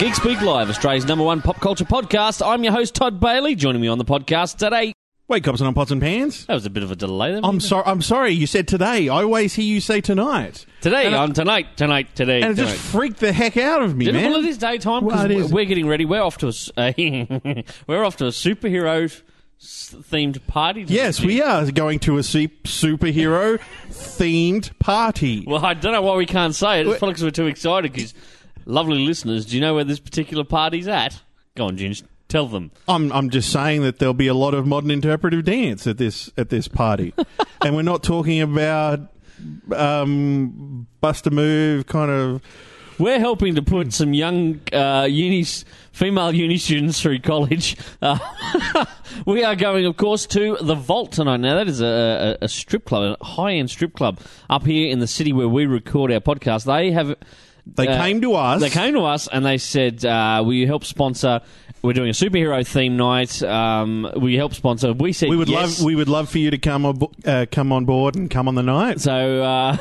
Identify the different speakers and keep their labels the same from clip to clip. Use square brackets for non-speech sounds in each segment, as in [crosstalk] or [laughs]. Speaker 1: Next Week Live, Australia's number one pop culture podcast. I'm your host, Todd Bailey. Joining me on the podcast today.
Speaker 2: Wake up, on pots and pans.
Speaker 1: That was a bit of a delay there.
Speaker 2: I'm sorry. I'm sorry. You said today. I always hear you say tonight,
Speaker 1: today,
Speaker 2: and I-
Speaker 1: on tonight, tonight, today.
Speaker 2: and it just
Speaker 1: tonight.
Speaker 2: freaked the heck out of me,
Speaker 1: Did it-
Speaker 2: man.
Speaker 1: well, it is daytime
Speaker 2: Well,
Speaker 1: because
Speaker 2: it is.
Speaker 1: we're getting ready. We're off to a s- [laughs] a we're off to a superhero s- themed party. tonight.
Speaker 2: yes, we are going to a su- superhero themed party.
Speaker 1: Well, I don't know why we can't say it. It's
Speaker 2: Well-
Speaker 1: probably because we're too excited. Because lovely listeners, do you know where this particular party's at? Go on, Ginge. Tell them.
Speaker 2: I'm I'm just saying that there'll be a lot of modern interpretive dance at this at
Speaker 1: [laughs]
Speaker 2: this party, and we're not talking about um, Buster Move kind of.
Speaker 1: We're helping to put some young uh, uni, female uni students through college. Uh, [laughs] we are going, of course, to the Vault tonight. Now, that is a, a, a strip club, a high end strip club up here in the city where we record our podcast. They have.
Speaker 2: They
Speaker 1: uh,
Speaker 2: came to us.
Speaker 1: They came to us and they said, uh, "Will you help sponsor? We're doing a superhero theme night. Um, will you help sponsor?" We said,
Speaker 2: We would
Speaker 1: yes.
Speaker 2: love we would love for you to come on, bo- uh, come on board and come on
Speaker 1: [laughs]
Speaker 2: the night.
Speaker 1: So uh,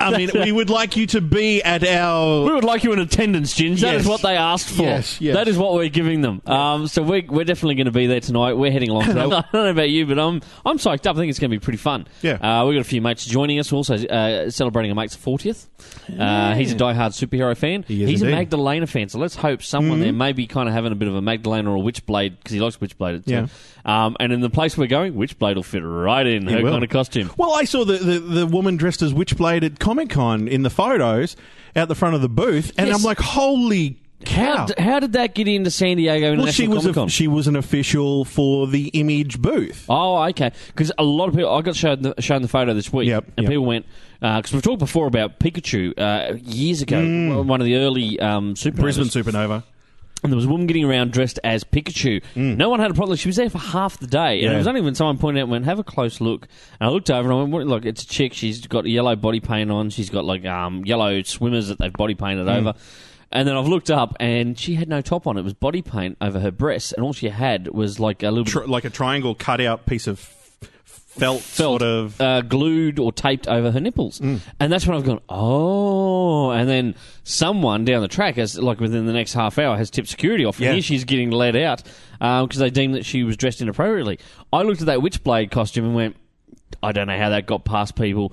Speaker 2: I mean, we would like you to be at our
Speaker 1: we would like you in attendance, Ginge. That is
Speaker 2: Yes.
Speaker 1: what they asked for.
Speaker 2: Yes, yes.
Speaker 1: That is what we're giving them. Um, so we're, we're definitely going to be there tonight. We're heading
Speaker 2: [laughs]
Speaker 1: along to that. I don't know about you, but I'm I'm psyched up. I think it's going to be pretty fun.
Speaker 2: Yeah.
Speaker 1: Uh, we've got a few mates joining us. We're also uh, celebrating a mate's 40th. Uh, he's a diehard superhero fan.
Speaker 2: He is
Speaker 1: he's a
Speaker 2: indeed. Mm.
Speaker 1: Magdalena fan, so let's hope someone there may be kind of having a bit of a Magdalena or a Witchblade, because he likes Witchblade. too.
Speaker 2: Yeah.
Speaker 1: Um, and in the place we're going, Witchblade will fit right in her
Speaker 2: will.
Speaker 1: kind of costume.
Speaker 2: Well, I saw the, the, the woman dressed as Witchblade at Comic Con in the photos out the front of the booth, and
Speaker 1: Yes.
Speaker 2: I'm like, holy
Speaker 1: How,
Speaker 2: cow!
Speaker 1: d- how did that get into San Diego International
Speaker 2: well, she was
Speaker 1: Comic-Con?
Speaker 2: a, she was an official for the Image booth.
Speaker 1: Oh, okay. Because a lot of people, I got shown the, shown the photo this week,
Speaker 2: Yep,
Speaker 1: and
Speaker 2: yep.
Speaker 1: people went because we've talked before about Pikachu uh, years ago, one of the early um, Super
Speaker 2: Mm. Brisbane Supernova.
Speaker 1: and there was a woman getting around dressed as Pikachu. No one had a problem. She was there for half the day, and
Speaker 2: Mm. Yeah.
Speaker 1: it was only when someone pointed out and went, "Have a close look." And I looked over and I went, what, "Look, it's a chick. She's got yellow body paint on. She's got like um, yellow swimmers that they've body painted
Speaker 2: Mm.
Speaker 1: over." And then I've looked up, and she had no top on. It was body paint over her breasts, and all she had was like a little bit
Speaker 2: Tr- like a triangle cut out piece of f- felt,
Speaker 1: felt
Speaker 2: sort of. Mm.
Speaker 1: uh, glued or taped over her nipples, and that's when I've gone, oh. And then someone down the track, has, like within the next half hour, has tipped security off, and
Speaker 2: Yeah.
Speaker 1: here she's getting led out because they deemed that she was dressed inappropriately. I looked at that witchblade costume and went, I don't know how that got past people.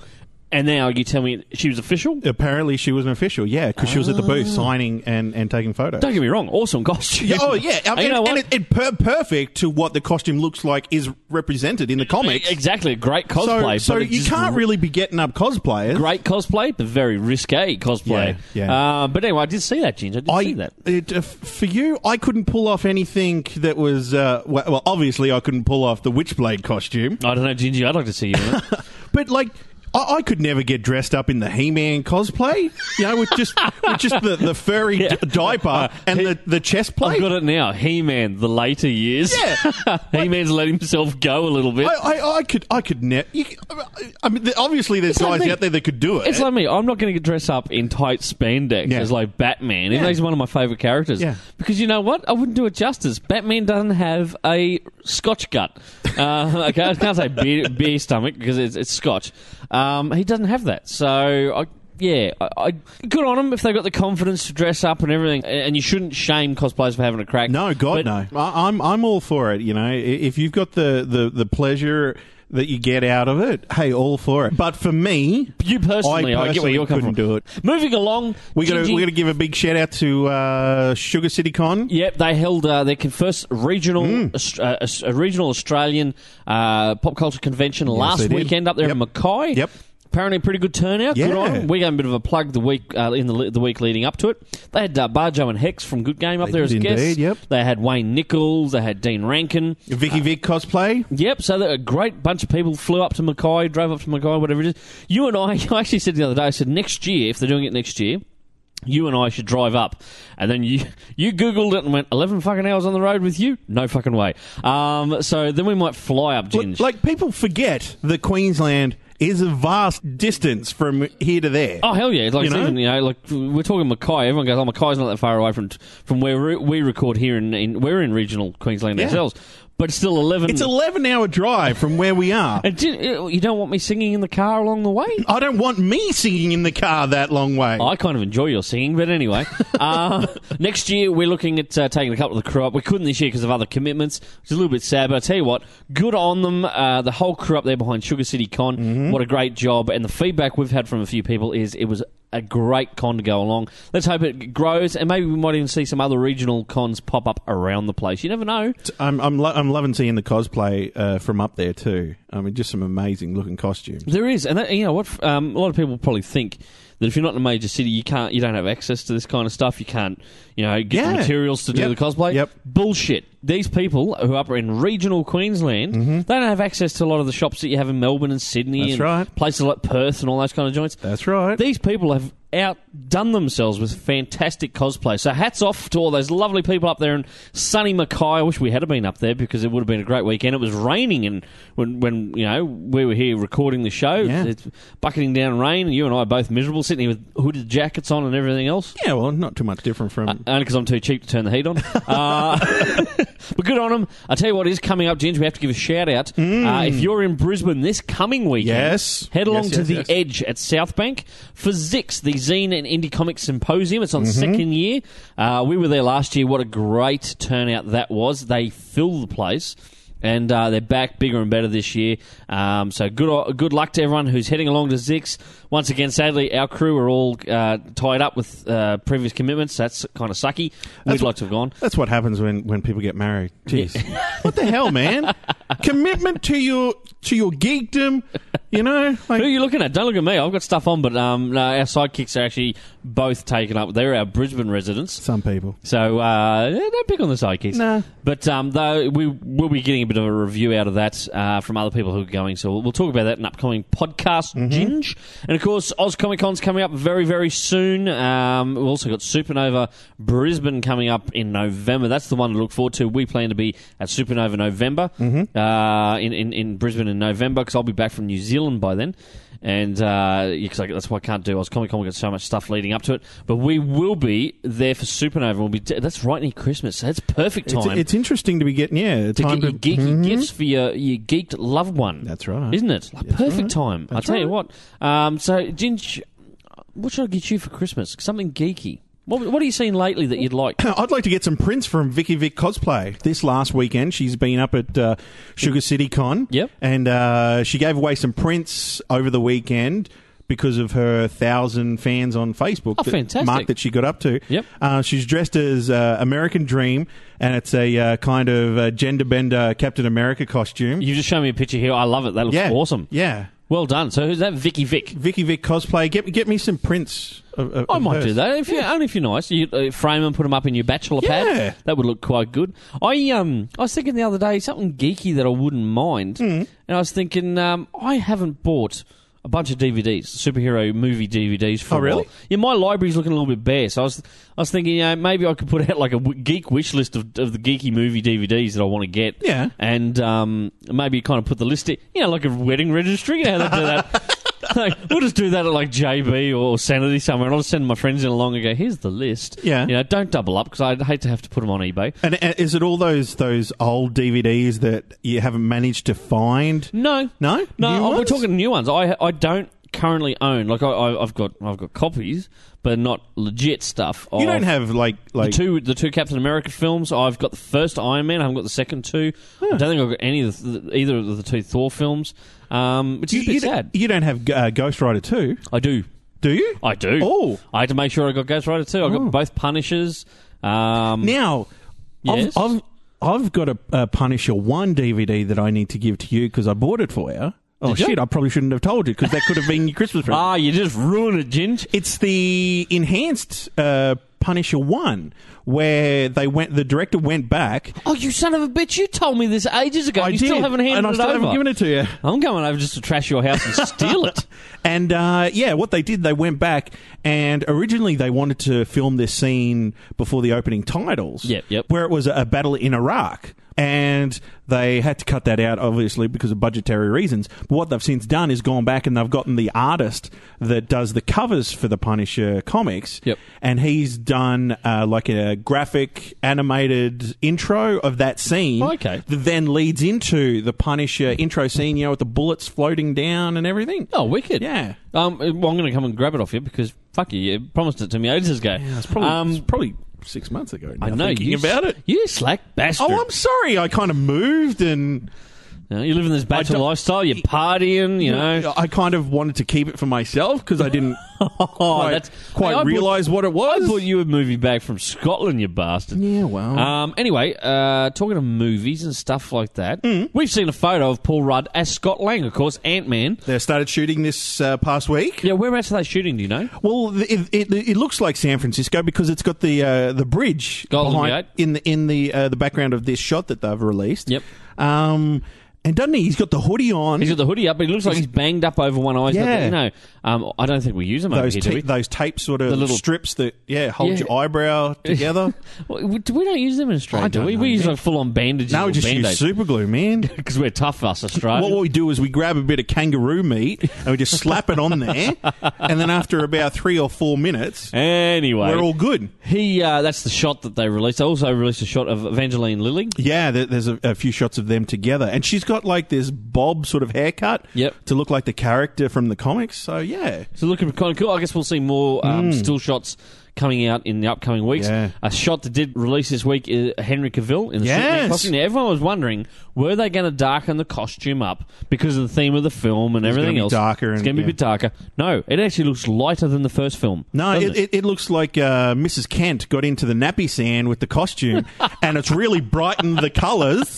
Speaker 1: And now you tell me she was official.
Speaker 2: Apparently, she was an official, yeah, because she was at the booth signing and, and taking photos.
Speaker 1: Ah. Don't get me wrong, awesome costume.
Speaker 2: Yeah, oh yeah, I
Speaker 1: [laughs] And you
Speaker 2: mean,
Speaker 1: know
Speaker 2: and,
Speaker 1: what?
Speaker 2: it, it per- perfect to what the costume looks like is represented in the comics.
Speaker 1: exactly, great
Speaker 2: So,
Speaker 1: cosplay.
Speaker 2: so
Speaker 1: but it
Speaker 2: you
Speaker 1: just
Speaker 2: can't really be getting up cosplayers.
Speaker 1: great cosplay, but very risque cosplay.
Speaker 2: Yeah, yeah.
Speaker 1: Uh, but anyway, I did see that, Ginger. I did see that.
Speaker 2: It, uh, f- for you, I couldn't pull off anything that was. Uh, well, well, obviously, I couldn't pull off the Witchblade costume,
Speaker 1: I don't know, Gingy. I'd like to see you
Speaker 2: [laughs]
Speaker 1: in it.
Speaker 2: but like. I I could never get dressed up in the He-Man cosplay, you know, with just with just the, the furry d- diaper and the, the chest
Speaker 1: Uh, I've
Speaker 2: plate.
Speaker 1: got it now. He Man, the later years. [laughs]
Speaker 2: Yeah.
Speaker 1: he Man's letting himself go a little bit.
Speaker 2: I, I, I could I could never. uh, I mean, there- obviously, there's
Speaker 1: like
Speaker 2: guys
Speaker 1: me.
Speaker 2: out there that could do it.
Speaker 1: it's like me. I'm not going to get dressed up in tight spandex
Speaker 2: Yeah.
Speaker 1: as like Batman, even though
Speaker 2: Yeah.
Speaker 1: he's one of my favorite characters.
Speaker 2: Yeah.
Speaker 1: Because you know what? I wouldn't do it justice. Batman doesn't have a Scotch gut. Uh, [laughs] okay, I can't say beer, beer stomach because it's, it's Scotch. Um, he doesn't have that. So I. Yeah, I, I, good on them if they've got the confidence to dress up and everything. A- And you shouldn't shame cosplayers for having a crack.
Speaker 2: No, God,
Speaker 1: But-
Speaker 2: no. I, I'm I'm all for it. You know, I- if you've got the, the, the pleasure that you get out of it, hey, all for it. But for me,
Speaker 1: You personally, I, get where
Speaker 2: personally
Speaker 1: you're coming
Speaker 2: couldn't
Speaker 1: from.
Speaker 2: do it.
Speaker 1: Moving along,
Speaker 2: we got to
Speaker 1: Gingy-
Speaker 2: we got to give a big shout out to uh, Sugar City Con.
Speaker 1: Yep, they held uh, their con- first regional
Speaker 2: Hmm.
Speaker 1: Aus- uh, Aus- uh, regional Australian uh, pop culture convention last
Speaker 2: they did.
Speaker 1: weekend up there in
Speaker 2: Yep.
Speaker 1: Mackay.
Speaker 2: Yep.
Speaker 1: Apparently, a pretty good turnout. Good
Speaker 2: Yeah.
Speaker 1: on 'em. We gave 'em a bit of a plug the week uh, in the, le- the week leading up to it. They had uh, Barjo and Hex from Good Game up there as
Speaker 2: did
Speaker 1: guests.
Speaker 2: indeed, yep.
Speaker 1: They had Wayne Nichols. They had Dean Rankin.
Speaker 2: Vicky Vic cosplay.
Speaker 1: Yep, so that a great bunch of people flew up to Mackay, drove up to Mackay, whatever it is. You and I, [laughs] I actually said the other day, I said next year, if they're doing it next year, you and I should drive up. And then you [laughs] you Googled it and went, 11 fucking hours on the road with you? No fucking way. Um, so then we might fly up, Ginge.
Speaker 2: Like, like people forget that Queensland is a vast distance from here to there.
Speaker 1: Oh hell yeah! Like
Speaker 2: You
Speaker 1: it's
Speaker 2: know?
Speaker 1: even, you know, like we're talking Mackay. Everyone goes, "Oh, Mackay's not that far away from from where we- we record here, in, in we're in regional Queensland
Speaker 2: Yeah.
Speaker 1: ourselves." but it's still 11.
Speaker 2: It's an 11 hour drive from where we are.
Speaker 1: And do you you don't want me singing in the car along the way?
Speaker 2: I don't want me singing in the car that long way.
Speaker 1: I kind of enjoy your singing, but anyway. uh, next year, we're looking at uh, taking a couple of the crew up. We couldn't this year because of other commitments. It's a little bit sad, but I tell you what, good on them. Uh, the whole crew up there behind Sugar City Con, what a great job. And the feedback we've had from a few people is it was a great con to go along. Let's hope it grows, and maybe we might even see some other regional cons pop up around the place. You never know.
Speaker 2: I'm I'm, lo- I'm loving seeing the cosplay uh, from up there too. I mean, just some amazing looking costumes.
Speaker 1: There is, and that, you know what? Um, a lot of people probably think that if you're not in a major city, you can't, you don't have access to this kind of stuff. You can't, you know, get
Speaker 2: Yeah.
Speaker 1: the materials to do
Speaker 2: Yep.
Speaker 1: the cosplay.
Speaker 2: Yep.
Speaker 1: Bullshit. These people who are up in regional Queensland, they don't have access to a lot of the shops that you have in Melbourne and Sydney
Speaker 2: Mm-hmm.
Speaker 1: and
Speaker 2: That's right.
Speaker 1: places like Perth and all those kind of joints.
Speaker 2: That's right.
Speaker 1: These people have outdone themselves with fantastic cosplay. So hats off to all those lovely people up there. And sunny Mackay, I wish we had been up there because it would have been a great weekend. It was raining, and when when you know we were here recording the show,
Speaker 2: Yeah.
Speaker 1: it's bucketing down rain, and you and I are both miserable, sitting here with hooded jackets on and everything else.
Speaker 2: yeah, well, not too much different from.
Speaker 1: Only because I'm too cheap to turn the
Speaker 2: [laughs]
Speaker 1: heat on. Uh, [laughs] but good on them. I tell you what is coming up, Ginge. We have to give a shout out. Uh, if you're in Brisbane this coming weekend,
Speaker 2: Mm. Yes.
Speaker 1: head along
Speaker 2: Yes,
Speaker 1: to
Speaker 2: yes,
Speaker 1: the
Speaker 2: yes.
Speaker 1: Edge at Southbank for Zix, the Zine and Indie Comics Symposium. It's on second year. Uh, we were there last year. What a great turnout that was. They filled the place. And uh, they're back bigger and better this year. Um, so good, good luck to everyone who's heading along to Zix. Once again, sadly, our crew are all uh, tied up with uh, previous commitments. That's kind of sucky. We'd
Speaker 2: That's
Speaker 1: like to have gone.
Speaker 2: That's what happens when, when people get married. Jeez, [laughs] what the hell, man? Commitment to your to your geekdom, you know.
Speaker 1: Who are
Speaker 2: Like,
Speaker 1: you looking at? Don't look at me. I've got stuff on, but um, no, our sidekicks are actually both taken up. They're our Brisbane residents.
Speaker 2: some people.
Speaker 1: So uh, eh, don't pick on the sidekicks.
Speaker 2: Nah.
Speaker 1: But um, though we will be getting a bit of a review out of that uh, from other people who are going. So we'll, we'll talk about that in upcoming podcast ginge. And of course, Oz Comic Con's coming up very very soon. Um, we've also got Supernova Brisbane coming up in November. That's the one to look forward to. We plan to be at Supernova November uh, in, in in Brisbane in November because I'll be back from New Zealand by then. And uh, yeah, 'cause I that's what I can't do. Oz Comic Con, we've got so much stuff leading up to it. But we will be there for Supernova. We'll be that's right near Christmas. So that's perfect
Speaker 2: It's,
Speaker 1: time
Speaker 2: it's interesting to be getting yeah
Speaker 1: to
Speaker 2: time
Speaker 1: get your
Speaker 2: to-
Speaker 1: geeky gifts for your, your geeked loved one.
Speaker 2: Hmm? That's right.
Speaker 1: Isn't it? Like, perfect
Speaker 2: right.
Speaker 1: time.
Speaker 2: That's
Speaker 1: I tell you what. Um, so, Ginge, what should I get you for Christmas? Something geeky. What, what have you seen lately that you'd like?
Speaker 2: [coughs] I'd like to get some prints from Vicky Vic cosplay. This last weekend, she's been up at uh, Sugar City Con.
Speaker 1: Yep.
Speaker 2: and uh, she gave away some prints over the weekend because of her thousand fans on Facebook.
Speaker 1: Oh,
Speaker 2: that-
Speaker 1: fantastic.
Speaker 2: Mark that she got up to.
Speaker 1: Yep.
Speaker 2: uh, she's dressed as uh, American Dream, and it's a uh, kind of uh, gender bender Captain America costume.
Speaker 1: You just show me a picture here. I love it. That looks
Speaker 2: yeah,
Speaker 1: awesome.
Speaker 2: Yeah,
Speaker 1: Well done. So, who's that? Vicky Vic.
Speaker 2: Vicky Vic cosplay. Get get me some prints. Of, of-
Speaker 1: I
Speaker 2: of
Speaker 1: might
Speaker 2: hers.
Speaker 1: do that if you only if you're nice. You uh, frame them, put them up in your bachelor
Speaker 2: Yeah.
Speaker 1: pad. That would look quite good. I um I was thinking the other day something geeky that I wouldn't mind,
Speaker 2: Hmm.
Speaker 1: and I was thinking um I haven't bought a bunch of DVDs, superhero movie DVDs for
Speaker 2: Oh,
Speaker 1: a while.
Speaker 2: really?
Speaker 1: Yeah, my library's looking a little bit bare, so I was I was thinking you know, maybe I could put out like a w- geek wish list of, of the geeky movie DVDs that I want to get.
Speaker 2: Yeah.
Speaker 1: and um maybe kind of put the list, in, you know, like a wedding registry. You know how they do
Speaker 2: [laughs]
Speaker 1: that. [laughs] like, we'll just do that at like JB or Sanity somewhere, and I'll just send my friends in along and go, "Here's the list."
Speaker 2: Yeah.
Speaker 1: you know, don't double up because I'd hate to have to put them on eBay.
Speaker 2: And uh, is it all those those old DVDs that you haven't managed to find?
Speaker 1: No,
Speaker 2: No,
Speaker 1: no,
Speaker 2: New
Speaker 1: oh, we're
Speaker 2: ones?
Speaker 1: talking new ones. I I don't currently own like I, I I've got I've got copies, but not legit stuff.
Speaker 2: You
Speaker 1: of
Speaker 2: don't have like
Speaker 1: the
Speaker 2: like
Speaker 1: two the two Captain America films. I've got the first Iron Man. I haven't got the second two. I don't think I've got any of the, either of the two Thor films. Um, which
Speaker 2: you,
Speaker 1: is a bit
Speaker 2: you don't-
Speaker 1: sad.
Speaker 2: you don't have uh, Ghost Rider two,
Speaker 1: I do.
Speaker 2: do you?
Speaker 1: I do.
Speaker 2: Oh.
Speaker 1: I had to make sure I got Ghost Rider too. I got both Punishers. Um,
Speaker 2: Now,
Speaker 1: Yes.
Speaker 2: I've, I've I've got a, a Punisher one DVD that I need to give to you because I bought it for you. Oh
Speaker 1: Did you?
Speaker 2: shit! I probably shouldn't have told you because that could have been your Christmas
Speaker 1: [laughs]
Speaker 2: present.
Speaker 1: Ah, you just ruined it, Ginge.
Speaker 2: It's the enhanced uh, Punisher one where they went. The director went back.
Speaker 1: Oh, you son of a bitch! You told me this ages ago.
Speaker 2: I
Speaker 1: you
Speaker 2: did,
Speaker 1: still haven't handed
Speaker 2: and I
Speaker 1: it
Speaker 2: still
Speaker 1: over.
Speaker 2: haven't given it to you.
Speaker 1: I'm going over just to trash your house and steal it.
Speaker 2: And uh, yeah, what they did, they went back and originally they wanted to film this scene before the opening titles.
Speaker 1: Yep, yep.
Speaker 2: Where it was a battle in Iraq. And they had to cut that out, obviously, because of budgetary reasons. But what they've since done is gone back and they've gotten the artist that does the covers for the Punisher comics.
Speaker 1: Yep.
Speaker 2: And he's done uh, like a graphic animated intro of that scene.
Speaker 1: Okay.
Speaker 2: That then leads into the Punisher intro scene, you know, with the bullets floating down and everything.
Speaker 1: [laughs] Oh, wicked.
Speaker 2: Yeah.
Speaker 1: Um, well, I'm going to come and grab it off you because fuck you, you promised it to me ages ago.
Speaker 2: Yeah, it's probably,
Speaker 1: Um,
Speaker 2: it's probably six months ago. Now
Speaker 1: I know
Speaker 2: thinking
Speaker 1: you
Speaker 2: about it.
Speaker 1: You slack bastard.
Speaker 2: Oh, I'm sorry. I kind of moved and
Speaker 1: You, know, you live in this bachelor
Speaker 2: don't-
Speaker 1: lifestyle. You're partying. You know.
Speaker 2: I kind of wanted to keep it for myself because I
Speaker 1: [laughs]
Speaker 2: didn't quite,
Speaker 1: Oh, that's- Hey, I
Speaker 2: quite
Speaker 1: bought-
Speaker 2: realize what it
Speaker 1: I
Speaker 2: was.
Speaker 1: bought you a movie bag from Scotland, you bastard.
Speaker 2: yeah, well,
Speaker 1: Um, anyway, uh, talking of movies and stuff like that, we've seen a photo of Paul Rudd as Scott Lang, of course, Ant Man.
Speaker 2: they started shooting this uh, past week.
Speaker 1: Yeah, whereabouts are they shooting? Do you know?
Speaker 2: Well, th- it, it, it looks like San Francisco because it's got the uh, the bridge
Speaker 1: Golden
Speaker 2: behind,
Speaker 1: Gate.
Speaker 2: in the in the uh, the background of this shot that they've released.
Speaker 1: Yep.
Speaker 2: Um, and doesn't he? He's got the hoodie on.
Speaker 1: He's got the hoodie up, but he looks like he's banged up over one eye. He's got
Speaker 2: Yeah.
Speaker 1: the- you know, um, I don't think we use him over
Speaker 2: those
Speaker 1: here, do
Speaker 2: ta-
Speaker 1: we?
Speaker 2: those tape sort of
Speaker 1: The little-
Speaker 2: strips that yeah hold
Speaker 1: Yeah. [laughs]
Speaker 2: your eyebrow together.
Speaker 1: Well, we- do we don't use them in Australia,
Speaker 2: I
Speaker 1: do
Speaker 2: don't
Speaker 1: we?
Speaker 2: know,
Speaker 1: we use
Speaker 2: yeah.
Speaker 1: like full on bandages
Speaker 2: now
Speaker 1: or
Speaker 2: we just use
Speaker 1: band-aids
Speaker 2: super glue,
Speaker 1: [laughs]
Speaker 2: man.
Speaker 1: because we're tough, us Australians.
Speaker 2: What we do is we grab a bit of kangaroo meat and we just slap it
Speaker 1: [laughs]
Speaker 2: on there, and then after about three or four minutes,
Speaker 1: anyway,
Speaker 2: we're all good.
Speaker 1: he uh, that's the shot that they released. They also released a shot of Evangeline Lilly.
Speaker 2: Yeah, there, there's a, a few shots of them together, and she's got like this bob sort of haircut
Speaker 1: Yep.
Speaker 2: to look like the character from the comics. So yeah,
Speaker 1: So looking kind of cool. I guess we'll see more um, still shots coming out in the upcoming weeks.
Speaker 2: Hmm. Yeah.
Speaker 1: A shot that did release this week is Henry Cavill in the
Speaker 2: Yes.
Speaker 1: Superman costume. Now, everyone was wondering were they going to darken the costume up because of the theme of the film and everything
Speaker 2: gonna be
Speaker 1: else.
Speaker 2: darker
Speaker 1: It's
Speaker 2: and-
Speaker 1: going to be
Speaker 2: yeah.
Speaker 1: a bit darker. No, it actually looks lighter than the first film.
Speaker 2: no,
Speaker 1: doesn't
Speaker 2: it, it, it looks like uh, Mrs. Kent got into the nappy sand with
Speaker 1: [laughs]
Speaker 2: the costume, and it's really brightened the colours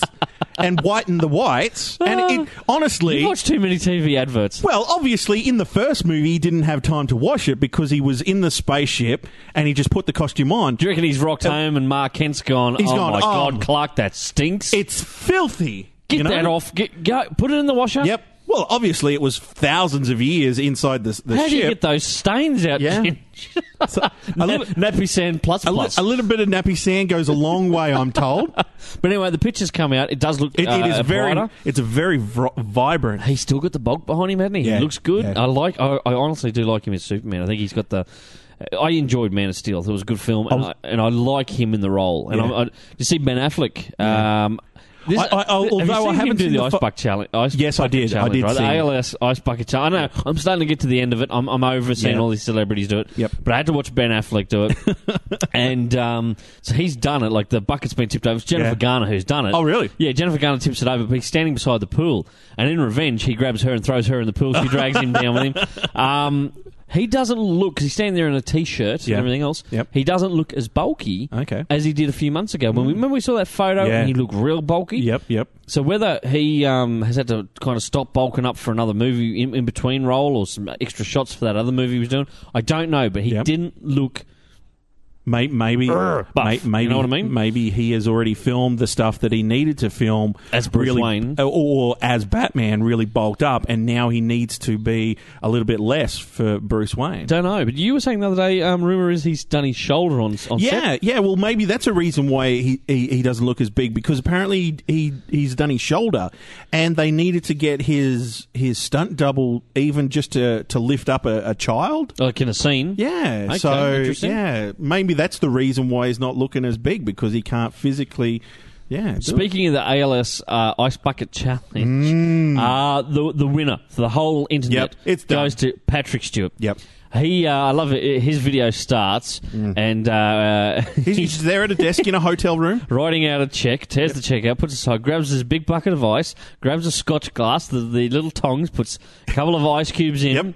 Speaker 2: and whitened the whites. And
Speaker 1: Ah.
Speaker 2: it, honestly,
Speaker 1: You watch too many TV adverts.
Speaker 2: Well, obviously, in the first movie, he didn't have time to wash it because he was in the spaceship and he just put the costume on.
Speaker 1: Do you reckon he's rocked home and Mark Kent's gone?
Speaker 2: He's
Speaker 1: oh
Speaker 2: gone,
Speaker 1: my
Speaker 2: "Oh,
Speaker 1: God, Clark, that stinks.
Speaker 2: It's filthy.
Speaker 1: Get
Speaker 2: you know?
Speaker 1: that off. Get, go, put it in the washer.
Speaker 2: Yep. Well, obviously, it was thousands of years inside the, the
Speaker 1: How do you
Speaker 2: ship.
Speaker 1: get those stains out?
Speaker 2: Yeah.
Speaker 1: Ken?
Speaker 2: [laughs] So, a,
Speaker 1: Nap-
Speaker 2: little,
Speaker 1: [laughs] nappy sand plus
Speaker 2: a, li-
Speaker 1: plus.
Speaker 2: a little bit of nappy sand goes a long way,
Speaker 1: [laughs]
Speaker 2: I'm told.
Speaker 1: But anyway, the pictures come out. It does look.
Speaker 2: It,
Speaker 1: uh,
Speaker 2: it is very,
Speaker 1: brighter.
Speaker 2: it's a very v- vibrant.
Speaker 1: He's still got the bulk behind him, hasn't he?
Speaker 2: Yeah,
Speaker 1: He looks good.
Speaker 2: yeah.
Speaker 1: I like. I, I honestly do like him as Superman. I think he's got the. I enjoyed Man of Steel. It was a good film, and, I, and I like him in the role. And
Speaker 2: Yeah.
Speaker 1: I, I, you see Ben Affleck. Um, this,
Speaker 2: I- I- I'll-
Speaker 1: th-
Speaker 2: although
Speaker 1: although I
Speaker 2: I haven't
Speaker 1: haven't do
Speaker 2: seen
Speaker 1: the,
Speaker 2: the
Speaker 1: ice
Speaker 2: fi-
Speaker 1: bucket challenge. Ice
Speaker 2: Yes, I
Speaker 1: bucket
Speaker 2: did. I
Speaker 1: challenge,
Speaker 2: did
Speaker 1: Right? The
Speaker 2: see it.
Speaker 1: ALS ice bucket challenge. I know. I'm starting to get to the end of it. I'm, I'm over seeing
Speaker 2: Yeah.
Speaker 1: all these celebrities do it.
Speaker 2: Yep.
Speaker 1: But I had to watch Ben Affleck do it,
Speaker 2: [laughs]
Speaker 1: and um, so he's done it. Like the bucket's been tipped over. It's Jennifer
Speaker 2: Yeah.
Speaker 1: Garner who's done it.
Speaker 2: Oh, really?
Speaker 1: Yeah, Jennifer Garner tips it over, but he's standing beside the pool, and in revenge, he grabs her and throws her in the pool. She drags him down with
Speaker 2: [laughs]
Speaker 1: him. Um, he doesn't look 'cause he's standing there in a t-shirt
Speaker 2: Yeah.
Speaker 1: and everything else.
Speaker 2: Yep.
Speaker 1: He doesn't look as bulky
Speaker 2: Okay.
Speaker 1: as he did a few months ago. When we remember we saw that photo,
Speaker 2: Mm. Yeah.
Speaker 1: and he looked real bulky.
Speaker 2: Yep, yep.
Speaker 1: So whether he um, has had to kind of stop bulking up for another movie in, in between role or some extra shots for that other movie he was doing, I don't know. But he
Speaker 2: Yep.
Speaker 1: didn't look.
Speaker 2: May, maybe,
Speaker 1: Urgh, buff.
Speaker 2: may,
Speaker 1: You
Speaker 2: maybe,
Speaker 1: know what I mean?
Speaker 2: Maybe he has already filmed the stuff that he needed to film
Speaker 1: As Bruce
Speaker 2: really,
Speaker 1: Wayne.
Speaker 2: or, or as Batman, really bulked up, and now he needs to be a little bit less for Bruce Wayne.
Speaker 1: Don't know. But you were saying the other day, um, rumor is he's done his shoulder on on set.
Speaker 2: yeah, yeah. Well, maybe that's a reason why he, he, he doesn't look as big because apparently he he's done his shoulder, and they needed to get his his stunt double even just to to lift up a, a child.
Speaker 1: like in a scene.
Speaker 2: Yeah.
Speaker 1: Okay,
Speaker 2: so
Speaker 1: interesting.
Speaker 2: yeah, maybe that's the reason why he's not looking as big because he can't physically. Yeah. do it.
Speaker 1: Speaking of the ALS uh, Ice Bucket Challenge, uh, the the winner for the whole internet
Speaker 2: Mm. Yep, it's done.
Speaker 1: goes to Patrick Stewart.
Speaker 2: Yep.
Speaker 1: He, uh, I love it. His video starts
Speaker 2: Mm.
Speaker 1: and
Speaker 2: [laughs]
Speaker 1: uh,
Speaker 2: He's,
Speaker 1: he's
Speaker 2: he's there at a desk in a hotel room.
Speaker 1: [laughs] writing out a check, tears the check out, puts it aside, grabs his big bucket of ice, grabs a scotch glass, the, the little tongs, puts a couple of ice cubes in,
Speaker 2: Yep.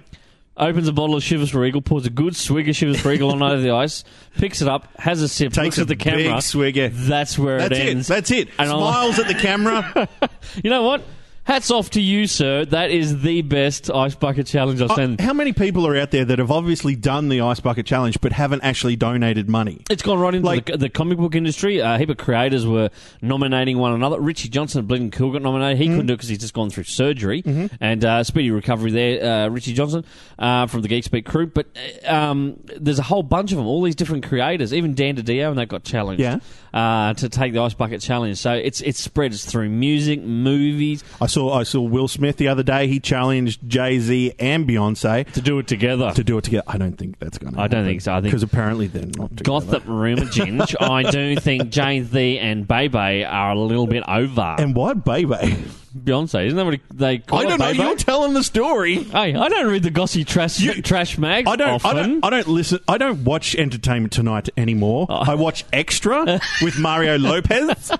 Speaker 1: opens a bottle of Shivers Regal, pours a good swig of Shivers Regal on over the ice, picks it up, has a sip,
Speaker 2: Takes
Speaker 1: looks at
Speaker 2: a
Speaker 1: the camera.
Speaker 2: big swig, yeah.
Speaker 1: That's where
Speaker 2: That's
Speaker 1: it
Speaker 2: it.
Speaker 1: ends.
Speaker 2: That's it.
Speaker 1: And I'm [laughs]
Speaker 2: Smiles at the camera.
Speaker 1: You know what? Hats off to you, sir. That is the best ice bucket challenge I've seen.
Speaker 2: Uh, how many people are out there that have obviously done the ice bucket challenge but haven't actually donated money?
Speaker 1: It's gone right into
Speaker 2: Like-
Speaker 1: the, the comic book industry. Uh, a heap of creators were nominating one another. Richie Johnson of Bleeding Cool got nominated.
Speaker 2: Mm-hmm.
Speaker 1: He couldn't do it because he's just gone through surgery and uh, speedy recovery there. Uh, Richie Johnson uh, from the Geek Speak crew, but uh, um, there's a whole bunch of them. All these different creators, even Dan DiDio, and they got challenged
Speaker 2: Yeah.
Speaker 1: uh, to take the ice bucket challenge. So it's it spreads through music, movies
Speaker 2: I saw I saw Will Smith the other day. He challenged Jay Z and Beyonce
Speaker 1: to do it together.
Speaker 2: to do it together. I don't think that's going to.
Speaker 1: I don't think so. I think-
Speaker 2: because apparently they're not. Together.
Speaker 1: Gossip rumor
Speaker 2: [laughs]
Speaker 1: ginge. I do think Jay Z and Bay Bay are a little bit over.
Speaker 2: And why Baby?
Speaker 1: Beyonce. Isn't that what they call
Speaker 2: I
Speaker 1: it?
Speaker 2: don't know.
Speaker 1: Bebe?
Speaker 2: You're telling the story.
Speaker 1: hey, I don't read the gossy trash
Speaker 2: You-
Speaker 1: trash mag.
Speaker 2: I don't,
Speaker 1: Often. Oh.
Speaker 2: I don't. I don't listen. I don't watch Entertainment Tonight anymore. I watch Extra
Speaker 1: [laughs]
Speaker 2: with Mario Lopez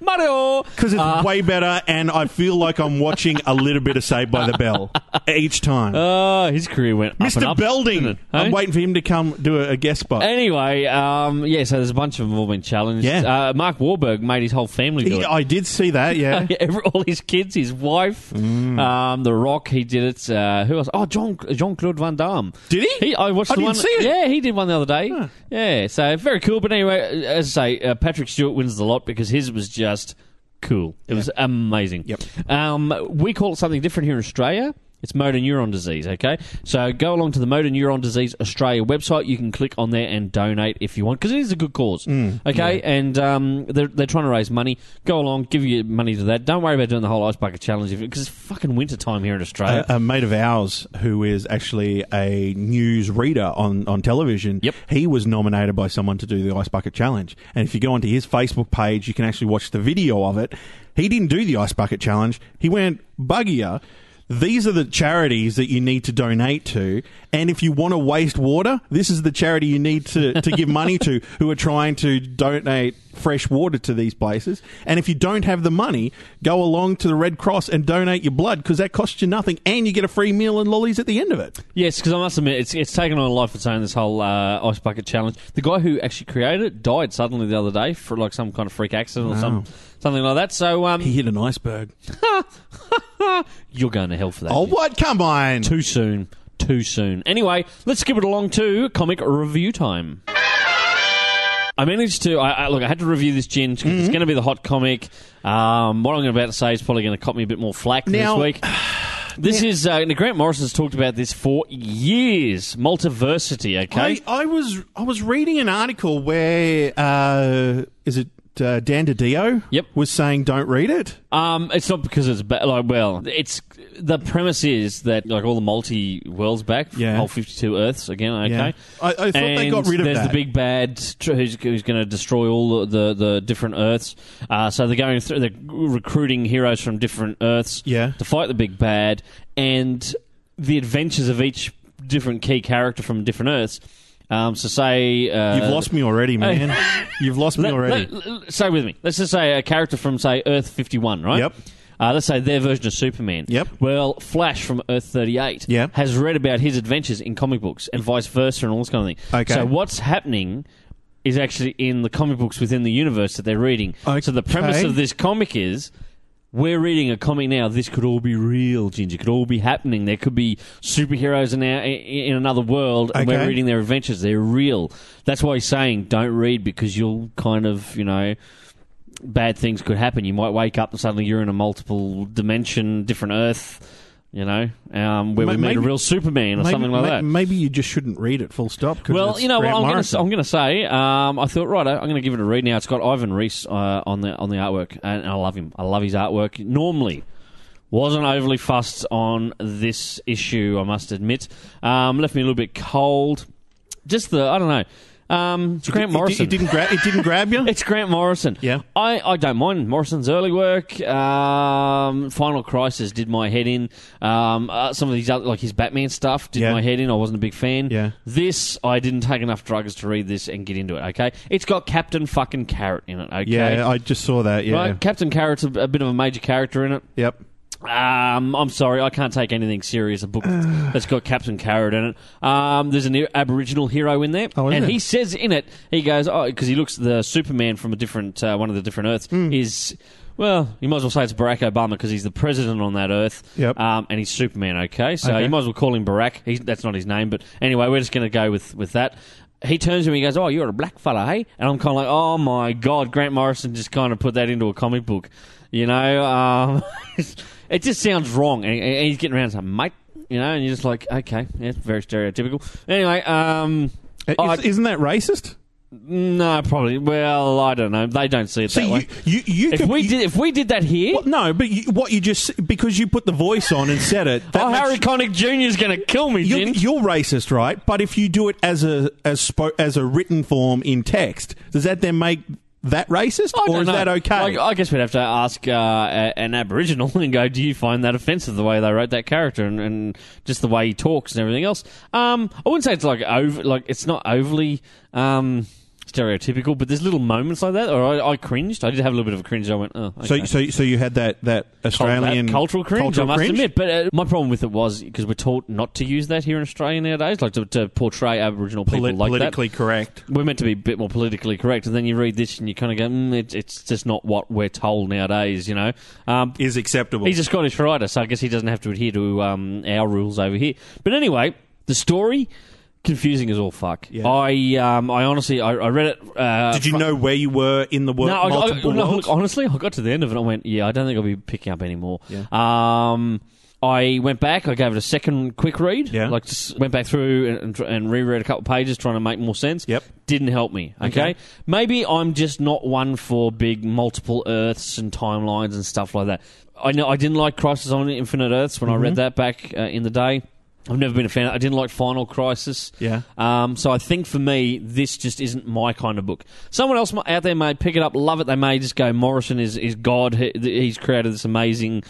Speaker 1: Mario.
Speaker 2: because it's
Speaker 1: Uh.
Speaker 2: way better, and I feel like I'm watching a little bit of Saved by the Bell each time.
Speaker 1: Uh, his career went up and
Speaker 2: Mr.
Speaker 1: up,
Speaker 2: Belding,
Speaker 1: didn't it? Hey?
Speaker 2: I'm waiting for him to come do a, a guest spot.
Speaker 1: Anyway, um, yeah. So there's a bunch of them all been challenged.
Speaker 2: Yeah.
Speaker 1: Uh, Mark Wahlberg made his whole family do
Speaker 2: He-
Speaker 1: it.
Speaker 2: I did see that.
Speaker 1: [laughs]
Speaker 2: Yeah.
Speaker 1: Yeah, every- all his kids, his wife,
Speaker 2: Mm.
Speaker 1: um, The Rock, he did it. Uh, who else? Oh, John Jean Claude Van Damme.
Speaker 2: Did he?
Speaker 1: I watched
Speaker 2: I
Speaker 1: the
Speaker 2: didn't
Speaker 1: one.
Speaker 2: see it.
Speaker 1: Yeah, he did one the other day. Yeah, so very cool. But anyway, as I say, uh, Patrick Stewart wins the lot because his was just cool. It was amazing.
Speaker 2: Yep.
Speaker 1: Um, we call it something different here in Australia. It's motor neuron disease, okay? So go along to the Motor Neuron Disease Australia website. You can click on there and donate if you want, because it is a good cause,
Speaker 2: Mm,
Speaker 1: okay? And um, they're, they're trying to raise money. Go along, give your money to that. Don't worry about doing the whole ice bucket challenge because it's fucking winter time here in Australia.
Speaker 2: a, a mate of ours who is actually a news reader on, on television.
Speaker 1: Yep.
Speaker 2: He was nominated by someone to do the Ice Bucket Challenge. And if you go onto his Facebook page, you can actually watch the video of it. He didn't do the Ice Bucket Challenge. He went buggier. These are the charities that you need to donate to. And if you want to waste water, this is the charity you need to, to give money [laughs] to who are trying to donate fresh water to these places. And if you don't have the money, go along to the Red Cross and donate your blood because that costs you nothing and you get a free meal and lollies at the end of it.
Speaker 1: Yes, because I must admit, it's it's taken on a life of its own. This whole uh, ice bucket challenge. The guy who actually created it died suddenly the other day for like some kind of freak accident or some something like that. So um,
Speaker 2: He hit an iceberg.
Speaker 1: you're going to hell for that.
Speaker 2: Oh,
Speaker 1: kid.
Speaker 2: what? Come on.
Speaker 1: too soon, too soon. Anyway, let's skip it along to comic review time. I managed to I, I, look. I had to review this gin. 'cause
Speaker 2: Mm-hmm.
Speaker 1: It's going to be the hot comic. Um, what I'm about to say is probably going to cop me a bit more flack
Speaker 2: Now-
Speaker 1: this week. This is uh, now Grant Morrison's talked about this for years. Multiversity, okay?
Speaker 2: I, I was I was reading an article where uh, is it uh, Dan DiDio?
Speaker 1: Yep.
Speaker 2: was saying don't read it.
Speaker 1: Um, it's not because it's ba- like well, it's the premise is that like all the multi worlds back,
Speaker 2: Yeah.
Speaker 1: whole fifty two Earths again. Okay,
Speaker 2: Yeah. I- I thought they
Speaker 1: And
Speaker 2: got rid of
Speaker 1: there's
Speaker 2: that.
Speaker 1: the big bad tr- who's, who's going to destroy all the, the, the different Earths. Uh, so they're going through, they're recruiting heroes from different Earths,
Speaker 2: Yeah.
Speaker 1: to fight the big bad and the adventures of each different key character from different Earths. Um, so say uh,
Speaker 2: You've lost me already, man.
Speaker 1: [laughs]
Speaker 2: You've lost me already.
Speaker 1: let- let- stay with me. Let's just say a character from, say, Earth 51, right?
Speaker 2: Yep.
Speaker 1: Uh, let's say their version of Superman.
Speaker 2: Yep.
Speaker 1: Well, Flash from Earth 38
Speaker 2: Yep.
Speaker 1: has read about his adventures in comic books and vice versa and all this kind of thing.
Speaker 2: Okay.
Speaker 1: So what's happening is actually in the comic books within the universe that they're reading. So the premise
Speaker 2: Okay.
Speaker 1: of this comic is we're reading a comic now. This could all be real, Ginger. It could all be happening. There could be superheroes in, our, in another world, and
Speaker 2: Okay.
Speaker 1: we're reading their adventures. They're real. That's why he's saying don't read because you'll kind of, you know, bad things could happen. You might wake up and suddenly you're in a multiple dimension, different Earth, you know, um, where we
Speaker 2: Ma-
Speaker 1: meet a
Speaker 2: maybe-
Speaker 1: real Superman or
Speaker 2: maybe,
Speaker 1: something like
Speaker 2: ma-
Speaker 1: that.
Speaker 2: maybe you just shouldn't read it. Full stop. 'cause
Speaker 1: Well,
Speaker 2: it's
Speaker 1: you know what
Speaker 2: Grant
Speaker 1: I'm going
Speaker 2: Morrison.
Speaker 1: to I'm going to say. Um, I thought right, I'm going to give it a read now. It's got Ivan Reese uh, on the on the artwork, and, and I love him. I love his artwork. Normally, wasn't overly fussed on this issue. I must admit, um, left me a little bit cold. Just the I don't know. Um, it's Grant
Speaker 2: It- it-
Speaker 1: Morrison.
Speaker 2: It, didn't grab. It didn't
Speaker 1: [laughs]
Speaker 2: grab you.
Speaker 1: It's Grant Morrison.
Speaker 2: Yeah.
Speaker 1: I, I don't mind Morrison's early work. Um, Final Crisis did my head in. Um, uh, some of these other, like his Batman stuff, did
Speaker 2: Yeah.
Speaker 1: my head in. I wasn't a big fan.
Speaker 2: Yeah.
Speaker 1: This, I didn't take enough drugs to read this and get into it, okay? It's got Captain fucking Carrot in it, okay?
Speaker 2: yeah, I just saw that. Yeah.
Speaker 1: Right? Captain Carrot's a, a bit of a major character in it.
Speaker 2: Yep.
Speaker 1: Um, I'm sorry, I can't take anything serious.
Speaker 2: [sighs]
Speaker 1: A book that's got Captain Carrot in it. Um, there's an Aboriginal hero in there,
Speaker 2: Oh, is
Speaker 1: and
Speaker 2: it?
Speaker 1: he
Speaker 2: Hmm.
Speaker 1: says in it, he goes, "Oh, because he looks the Superman from a different uh, one of the different Earths is." well, you might as well say it's Barack Obama because he's the president on that earth.
Speaker 2: Yep.
Speaker 1: Um, and he's Superman, okay? So
Speaker 2: Okay.
Speaker 1: you might as well call him Barack. He, that's not his name, but anyway, we're just going to go with, with that. He turns to me and goes, Oh, you're a black fella, hey? And I'm kind of like, Oh my God, Grant Morrison just kind of put that into a comic book. You know, um, [laughs] it just sounds wrong. And, and he's getting around saying, Mate, you know, and you're just like, Okay, yeah, it's very stereotypical. Anyway, um,
Speaker 2: Uh, Is,
Speaker 1: I-
Speaker 2: isn't that racist?
Speaker 1: no, probably. Well, I don't know. They don't see it that
Speaker 2: See,
Speaker 1: way.
Speaker 2: you, you, you
Speaker 1: If
Speaker 2: could-
Speaker 1: we
Speaker 2: you-
Speaker 1: did, if we did that here,
Speaker 2: Well, no, but you, what you just because you put the voice on and said it. that
Speaker 1: oh,
Speaker 2: makes-
Speaker 1: Harry Connick Jr. is going to kill me,
Speaker 2: you're,
Speaker 1: Jin.
Speaker 2: you're racist, right? But if you do it as a as spo- as a written form in text, does that then make that racist,
Speaker 1: I don't
Speaker 2: or is
Speaker 1: know.
Speaker 2: that okay?
Speaker 1: I, I guess we'd have to ask uh, a- an Aboriginal [laughs] and go, "Do you find that offensive the way they wrote that character and, and just the way he talks and everything else?" Um, I wouldn't say it's like over, like it's not overly um, stereotypical, but there's little moments like that. Or I, I cringed. I did have a little bit of a cringe. I went, "Oh, okay.
Speaker 2: So, so, so you had that that
Speaker 1: cult-
Speaker 2: Australian
Speaker 1: Oh, that cultural cringe.
Speaker 2: cultural
Speaker 1: I must
Speaker 2: cringe?
Speaker 1: admit, but uh, my problem with it was because we're taught not to use that here in Australia nowadays, like to, to portray Aboriginal people
Speaker 2: Poli-
Speaker 1: like that.
Speaker 2: politically correct.
Speaker 1: We're meant to be a bit more politically correct, and then you read this and you kind of go, mm, it, "It's just not what we're told nowadays," you know. Um,
Speaker 2: is acceptable.
Speaker 1: He's a Scottish writer, so I guess he doesn't have to adhere to um, our rules over here. But anyway, the story confusing as all fuck.
Speaker 2: Yeah.
Speaker 1: I um, I honestly I, I read it. Uh,
Speaker 2: Did you know where you were in the world?
Speaker 1: no, I, I,
Speaker 2: multiple
Speaker 1: no,
Speaker 2: worlds?
Speaker 1: look, honestly, I got to the end of it. and I went, yeah, I don't think I'll be picking up anymore.
Speaker 2: Yeah.
Speaker 1: Um, I went back. I gave it a second quick read.
Speaker 2: Yeah.
Speaker 1: Like just went back through and- and, tr- and reread a couple pages, trying to make more sense.
Speaker 2: Yep.
Speaker 1: Didn't help me. Okay?
Speaker 2: Okay.
Speaker 1: Maybe I'm just not one for big multiple Earths and timelines and stuff like that. I know I didn't like Crisis on Infinite Earths when I
Speaker 2: Mm-hmm.
Speaker 1: read that back uh, in the day. I've never been a fan. I didn't like Final Crisis.
Speaker 2: Yeah.
Speaker 1: Um, so I think for me, this just isn't my kind of book. Someone else mi- out there may pick it up, love it. They may just go, Morrison is, is God. He, he's created this amazing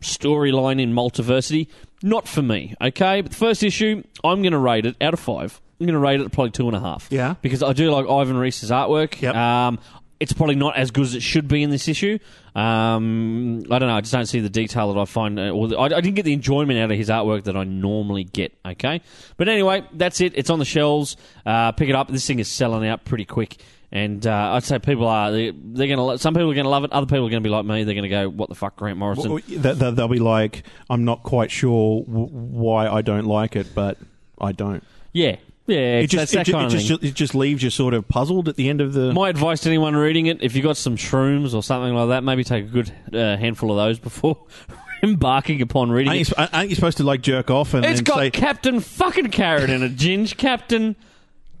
Speaker 1: storyline in multiversity. Not for me, okay? But the first issue, I'm going to rate it out of five. I'm going to rate it probably two and a half.
Speaker 2: Yeah.
Speaker 1: Because I do like Ivan Reese's artwork.
Speaker 2: Yep.
Speaker 1: Um, it's probably not as good as it should be in this issue. Um, I don't know. I just don't see the detail that I find. uh, Or the, I, I didn't get the enjoyment out of his artwork that I normally get. Okay, but anyway, that's it. It's on the shelves. Uh, pick it up. This thing is selling out pretty quick, and uh, I'd say people are they, they're going to. Some people are going to love it. Other people are going to be like me. They're going to go, "What the fuck, Grant Morrison?"
Speaker 2: Well, th- th- They'll be like, I'm not quite sure w- why I don't like it, but I don't.
Speaker 1: yeah, yeah.
Speaker 2: It
Speaker 1: it's- that's
Speaker 2: just
Speaker 1: that
Speaker 2: it, ju-
Speaker 1: kind
Speaker 2: it
Speaker 1: of thing.
Speaker 2: just it just leaves you sort of puzzled at the end of the.
Speaker 1: My advice to anyone reading it, if you got some shrooms or something like that, maybe take a good uh, handful of those before [laughs] embarking upon reading
Speaker 2: aren't, you,
Speaker 1: it.
Speaker 2: sp- aren't you supposed to like jerk off and
Speaker 1: It's
Speaker 2: then
Speaker 1: got
Speaker 2: say?
Speaker 1: Captain fucking Carrot in it, Ginge. Captain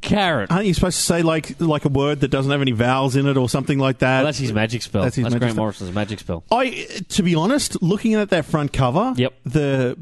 Speaker 1: Carrot.
Speaker 2: Aren't you supposed to say like like a word that doesn't have any vowels in it or something like that?
Speaker 1: Well, that's his magic spell. That's,
Speaker 2: That's his magic
Speaker 1: Grant
Speaker 2: spell.
Speaker 1: Morrison's magic spell.
Speaker 2: I, to be honest, looking at that front cover,
Speaker 1: Yep.
Speaker 2: the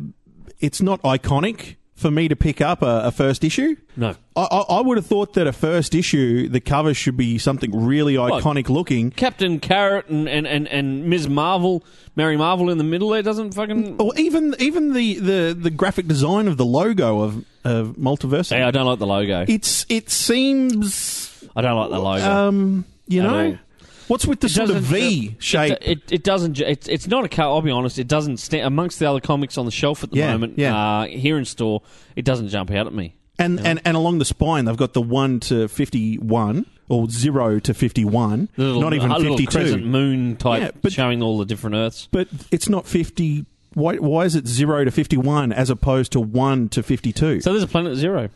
Speaker 2: it's not iconic for me to pick up a, a first issue.
Speaker 1: No.
Speaker 2: I, I, I would have thought that a first issue, the cover should be something really iconic looking.
Speaker 1: Captain Carrot and, and, and, and Ms. Marvel, Mary Marvel in the middle there doesn't fucking.
Speaker 2: Or even even the, the, the graphic design of the logo of, of Multiversity.
Speaker 1: Hey, I don't like the logo.
Speaker 2: It's it seems
Speaker 1: I don't like the logo.
Speaker 2: um you
Speaker 1: I
Speaker 2: know
Speaker 1: know.
Speaker 2: what's with the sort of
Speaker 1: doesn't
Speaker 2: V shape?
Speaker 1: It, it, it doesn't. ju- It's, it's not a car. I'll be honest. It doesn't stand amongst the other comics on the shelf at the
Speaker 2: Yeah,
Speaker 1: moment.
Speaker 2: yeah.
Speaker 1: Uh, here in store, it doesn't jump out at me.
Speaker 2: and, and and along the spine they've got the one to fifty one or zero to fifty one.
Speaker 1: The little-
Speaker 2: Not even
Speaker 1: a little
Speaker 2: fifty
Speaker 1: crescent
Speaker 2: two.
Speaker 1: moon type,
Speaker 2: Yeah, but-
Speaker 1: showing all the different Earths.
Speaker 2: But it's not fifty why, why is it zero to fifty one as opposed to one to fifty two?
Speaker 1: So there's a planet zero.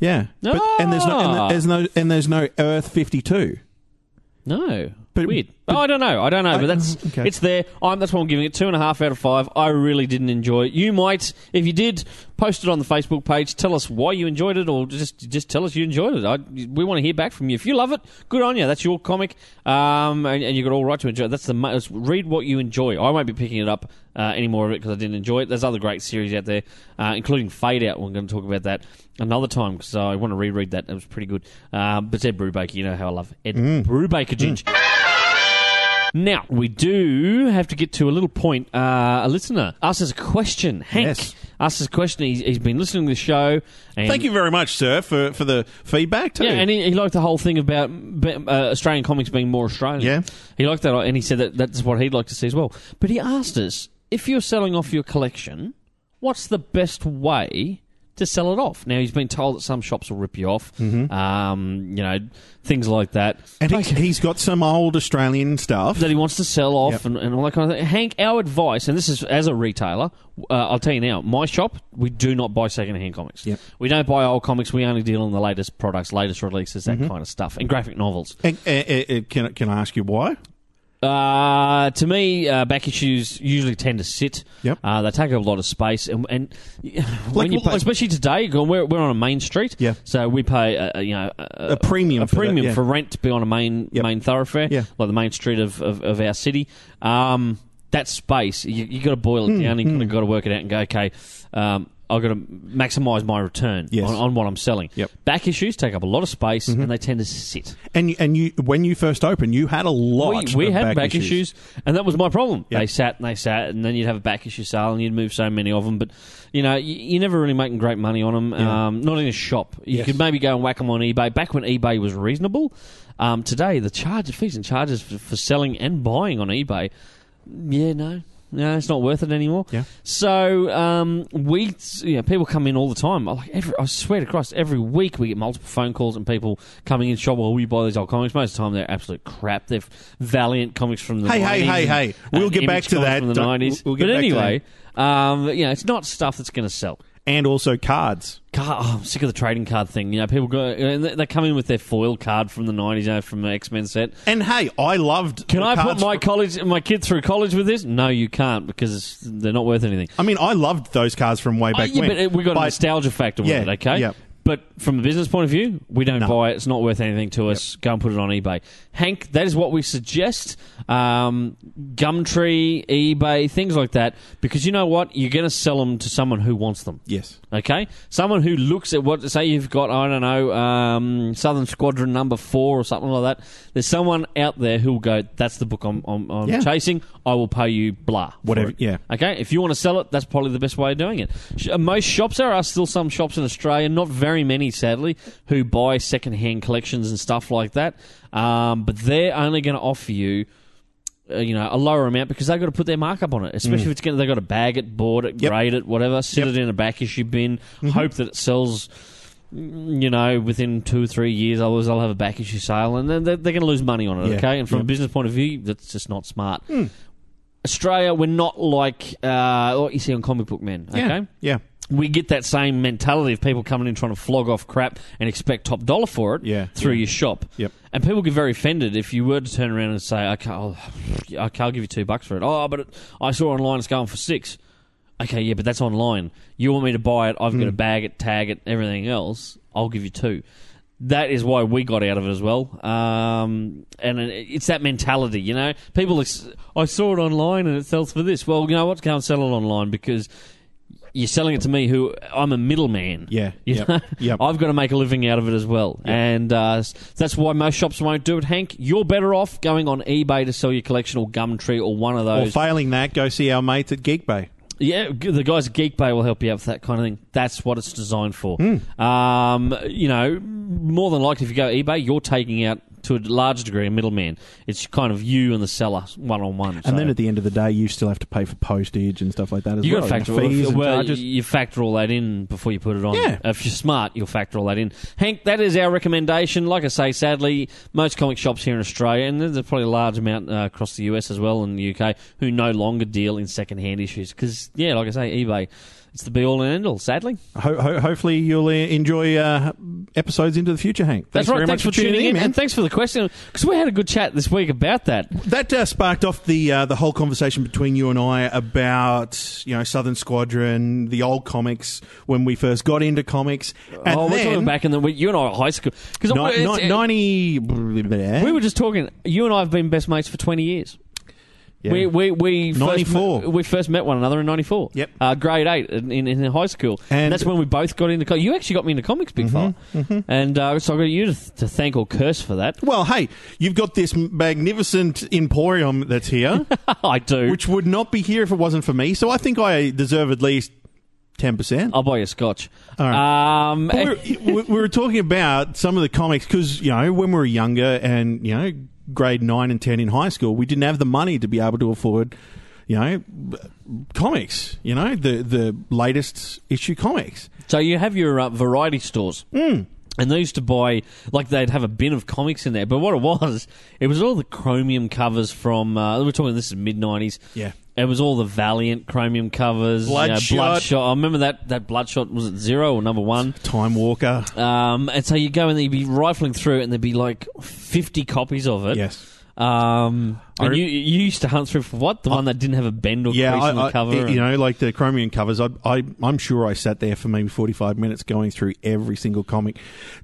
Speaker 2: Yeah, but, and there's no
Speaker 1: Ah.
Speaker 2: and there's no and there's no Earth fifty two.
Speaker 1: No,
Speaker 2: But-
Speaker 1: weird.
Speaker 2: but-
Speaker 1: oh, I don't know. I don't know. But
Speaker 2: I- mm-hmm,
Speaker 1: that's
Speaker 2: okay.
Speaker 1: it's there. I'm that's why I'm giving it two and a half out of five. I really didn't enjoy it. You might, if you did, post it on the Facebook page. Tell us why you enjoyed it, or just just tell us you enjoyed it. I, we want to hear back from you. If you love it, good on you. That's your comic, um, and, and you got all right to enjoy. It. That's the mo- it's- read what you enjoy. I won't be picking it up uh, any more of it because I didn't enjoy it. There's other great series out there, uh, including Fade Out. We're going to talk about that another time because I want to reread that. It was pretty good. Um, but Ed Brubaker, you know how I love Ed
Speaker 2: Mm.
Speaker 1: Brubaker. Ginge. Now, we do have to get to a little point. Uh, a listener asks us a question. Hank
Speaker 2: Yes.
Speaker 1: asks us a question. He's, he's been listening to the show. And
Speaker 2: Thank you very much, sir, for, for the feedback too.
Speaker 1: Yeah, and he, he liked the whole thing about mm, uh, Australian comics being more Australian.
Speaker 2: Yeah.
Speaker 1: He liked that, and he said that that's what he'd like to see as well. But he asked us if you're selling off your collection, what's the best way to sell it off. Now he's been told that some shops will rip you off, um, you know, things like that.
Speaker 2: Mm-hmm. And he's, he's got some old Australian stuff.
Speaker 1: that he wants to sell off
Speaker 2: Yep.
Speaker 1: and, and all that kind of thing. Hank, our advice, and this is as a retailer, uh, I'll tell you now, my shop, we do not buy second-hand comics.
Speaker 2: Yep.
Speaker 1: We don't buy old comics. We only deal in the latest products, latest releases,
Speaker 2: Mm-hmm.
Speaker 1: that kind of stuff, and graphic novels.
Speaker 2: And, and- and- can, I- can I ask you why?
Speaker 1: Uh, to me, uh, back issues usually tend to sit.
Speaker 2: Yep.
Speaker 1: Uh, they take up a lot of space, and, and when you
Speaker 2: like-
Speaker 1: especially today, going- we're, we're on a main street.
Speaker 2: Yeah.
Speaker 1: So we pay, uh, you know, a,
Speaker 2: A premium
Speaker 1: a
Speaker 2: for that,
Speaker 1: premium
Speaker 2: yeah.
Speaker 1: for rent to be on a main
Speaker 2: Yep.
Speaker 1: main thoroughfare,
Speaker 2: Yeah.
Speaker 1: like the main street of, of, of our city. Um, that space, you, you got to boil
Speaker 2: Hmm,
Speaker 1: it down. You kind of got to work it out and go, okay, um, I've got to maximise my return
Speaker 2: Yes.
Speaker 1: on, on what I'm selling.
Speaker 2: Yep. Mm-hmm.
Speaker 1: Back issues take up a lot of space, and they tend to sit.
Speaker 2: And you- and you when you first opened, you had a lot.
Speaker 1: We, we
Speaker 2: of
Speaker 1: had back, issues. and that was my problem.
Speaker 2: Yeah.
Speaker 1: They sat and they sat, and then you'd have a back issue sale, and you'd move so many of them. But you know, you, you're never really making great money on them.
Speaker 2: Yeah.
Speaker 1: Um, not in a shop. You
Speaker 2: Yes.
Speaker 1: could maybe go and whack them on eBay. Back when eBay was reasonable, um, today the charges, fees, and charges for, for selling and buying on eBay, yeah, no. No, it's not worth it anymore.
Speaker 2: Yeah.
Speaker 1: So um, we, you know, people come in all the time. I like every, I swear to Christ, every week we get multiple phone calls and people coming in shop. Well, we buy these old comics. Most of the time, they're absolute crap. They're valiant comics from the
Speaker 2: Hey,
Speaker 1: 90s
Speaker 2: hey, hey,
Speaker 1: and-
Speaker 2: hey. We'll
Speaker 1: and
Speaker 2: get back
Speaker 1: Image
Speaker 2: to
Speaker 1: comics
Speaker 2: that.
Speaker 1: from the
Speaker 2: Don't-
Speaker 1: 90s.
Speaker 2: we'll get
Speaker 1: but
Speaker 2: back to
Speaker 1: anyway, um, you know, it's not stuff that's going to sell.
Speaker 2: and also cards.
Speaker 1: Card, oh, I'm sick of the trading card thing. You know, people go uh, and they they come in with their foil card from the '90s, you know, from the X Men set.
Speaker 2: And hey, I loved.
Speaker 1: Can
Speaker 2: the
Speaker 1: I put
Speaker 2: cards
Speaker 1: my college, my kid through college with this? No, you can't because they're not worth anything.
Speaker 2: I mean, I loved those cards from way
Speaker 1: Uh,
Speaker 2: back
Speaker 1: yeah,
Speaker 2: when.
Speaker 1: but it- we got a
Speaker 2: But-
Speaker 1: nostalgia factor with
Speaker 2: Yeah,
Speaker 1: it, okay?
Speaker 2: yeah.
Speaker 1: But from a business point of view, we don't
Speaker 2: No.
Speaker 1: buy it. It's not worth anything to us. Go and put it on eBay. Hank, that is what we suggest. Um, Gumtree, eBay, things like that. Because you know what? You're going to sell them to someone who wants them.
Speaker 2: yes.
Speaker 1: Okay, someone who looks at what say you've got I don't know um, Southern Squadron Number Four or something like that. There's someone out there who'll go. That's the book I'm, I'm, I'm
Speaker 2: Yeah.
Speaker 1: chasing. I will pay you blah for
Speaker 2: Whatever,
Speaker 1: it."
Speaker 2: yeah.
Speaker 1: Okay, if you want to sell it, that's probably the best way of doing it. Sh- uh, Most shops there are still some shops in Australia, not very many sadly, who buy second-hand collections and stuff like that. Um, but they're only going to offer you uh, you know a lower amount because they've got to put their markup on it. Especially if it's going, to they've got to bag it, board it,
Speaker 2: Mm. Yep. Mm-hmm.
Speaker 1: grade it, whatever, sit it in a back issue bin, hope that it sells. mm, You know, within two or three years, otherwise they'll have a back issue sale, and then they're, they're going to lose money on it.
Speaker 2: Yeah.
Speaker 1: Okay, and from a
Speaker 2: Yeah. Hmm.
Speaker 1: business point of view, that's just not smart. Australia, we're not like uh, what you see on comic book men. Okay,
Speaker 2: Yeah. Yeah.
Speaker 1: we get that same mentality of people coming in trying to flog off crap and expect top dollar for it
Speaker 2: Yeah.
Speaker 1: through
Speaker 2: Yeah.
Speaker 1: your shop.
Speaker 2: Yep.
Speaker 1: And people get very offended if you were to turn around and say, okay, I'll, okay, I'll give you two bucks for it. Oh, but it, I saw online it's going for six. Okay, yeah, but that's online. You want me to buy it, I've
Speaker 2: Hmm.
Speaker 1: got to bag it, tag it, everything else. I'll give you two. That is why we got out of it as well. Um, and it- it's that mentality, you know? People, ex- I saw it online and it sells for this. Well, you know what? Go and sell it online because you're selling it to me who I'm a middleman.
Speaker 2: Yeah.
Speaker 1: [laughs] You
Speaker 2: Yep.
Speaker 1: know?
Speaker 2: Yep.
Speaker 1: I've got to make a living out of it as well. And uh, s- that's why most shops won't do it, Hank. You're better off going on eBay to sell your collection or Gumtree or one of
Speaker 2: Or
Speaker 1: those.
Speaker 2: failing that, go see our mates at Geek Bay.
Speaker 1: yeah, g- the guys at Geek Bay will help you out with that kind of thing. That's what it's designed for.
Speaker 2: Hmm.
Speaker 1: Um, you know, more than likely, if you go eBay, you're taking out to a large degree a middleman. It's kind of you and the seller one on one.
Speaker 2: And then at the end of the day, you still have to pay for postage and stuff like that as
Speaker 1: you
Speaker 2: well.
Speaker 1: got to factor
Speaker 2: and fees
Speaker 1: all,
Speaker 2: and
Speaker 1: well,
Speaker 2: charges.
Speaker 1: you factor all that in before you put it on. Uh,
Speaker 2: Yeah.
Speaker 1: If you're smart, you'll factor all that in. Hank, that is our recommendation. Like I say, sadly, most comic shops here in Australia, and there's probably a large amount uh, across the US as well and the UK, who no longer deal in second-hand issues because, yeah, like I say, eBay, it's the be-all and end-all. Sadly,
Speaker 2: Ho- ho- hopefully, you'll uh, enjoy uh, episodes into the future, Hank. Thanks
Speaker 1: that's right.
Speaker 2: very
Speaker 1: thanks
Speaker 2: much
Speaker 1: for tuning in,
Speaker 2: man.
Speaker 1: and thanks for the question because we had a good chat this week about that.
Speaker 2: That uh, sparked off the uh, the whole conversation between you and I about you know Southern Squadron, the old comics when we first got into comics, and
Speaker 1: oh, we're talking
Speaker 2: then
Speaker 1: back in the you and I were at high school because
Speaker 2: ni- ni- ninety.
Speaker 1: we were just talking. You and I have been best mates for twenty years.
Speaker 2: Yeah.
Speaker 1: We we we first-
Speaker 2: 94.
Speaker 1: we first met one another in '94.
Speaker 2: Yep.
Speaker 1: Uh, grade eight in, in, in high school, and,
Speaker 2: And- Mm-hmm,
Speaker 1: that's when we both got into. Co- you actually got me into comics, big fella, and uh, so I got you to, th- to thank or curse for that. [laughs]
Speaker 2: well, hey, you've got this magnificent emporium
Speaker 1: [laughs]
Speaker 2: that's here,
Speaker 1: I do.
Speaker 2: which would not be here if it wasn't for me. So I think I deserve at least ten percent.
Speaker 1: I'll buy you a scotch.
Speaker 2: All
Speaker 1: Um,
Speaker 2: But we were, we were talking about some of the comics because you know when we were younger and you know grade nine and ten in high school, we didn't have the money to be able to afford you know b- comics. You know the the latest issue comics.
Speaker 1: So you have your uh, variety stores. Mm. And they used to buy, like, they'd have a bin of comics in there. But what it was, it was all the chromium covers from, uh, we're talking, this is mid 90s.
Speaker 2: Yeah.
Speaker 1: It was all the Valiant chromium covers. you know,
Speaker 2: Bloodshot.
Speaker 1: Bloodshot. I remember that, that Bloodshot, was it zero or number one?
Speaker 2: Time Walker.
Speaker 1: Um, and so you go and you'd be rifling through, and there'd be like fifty copies of it.
Speaker 2: Yes.
Speaker 1: Um,
Speaker 2: I
Speaker 1: and
Speaker 2: re-
Speaker 1: you you used to hunt through for what the one that didn't have a bend or
Speaker 2: Yeah,
Speaker 1: crease
Speaker 2: I,
Speaker 1: in the
Speaker 2: I-
Speaker 1: cover.
Speaker 2: you know, like the chromium covers. I, I, I'm sure I sat there for maybe 45 minutes going through every single comic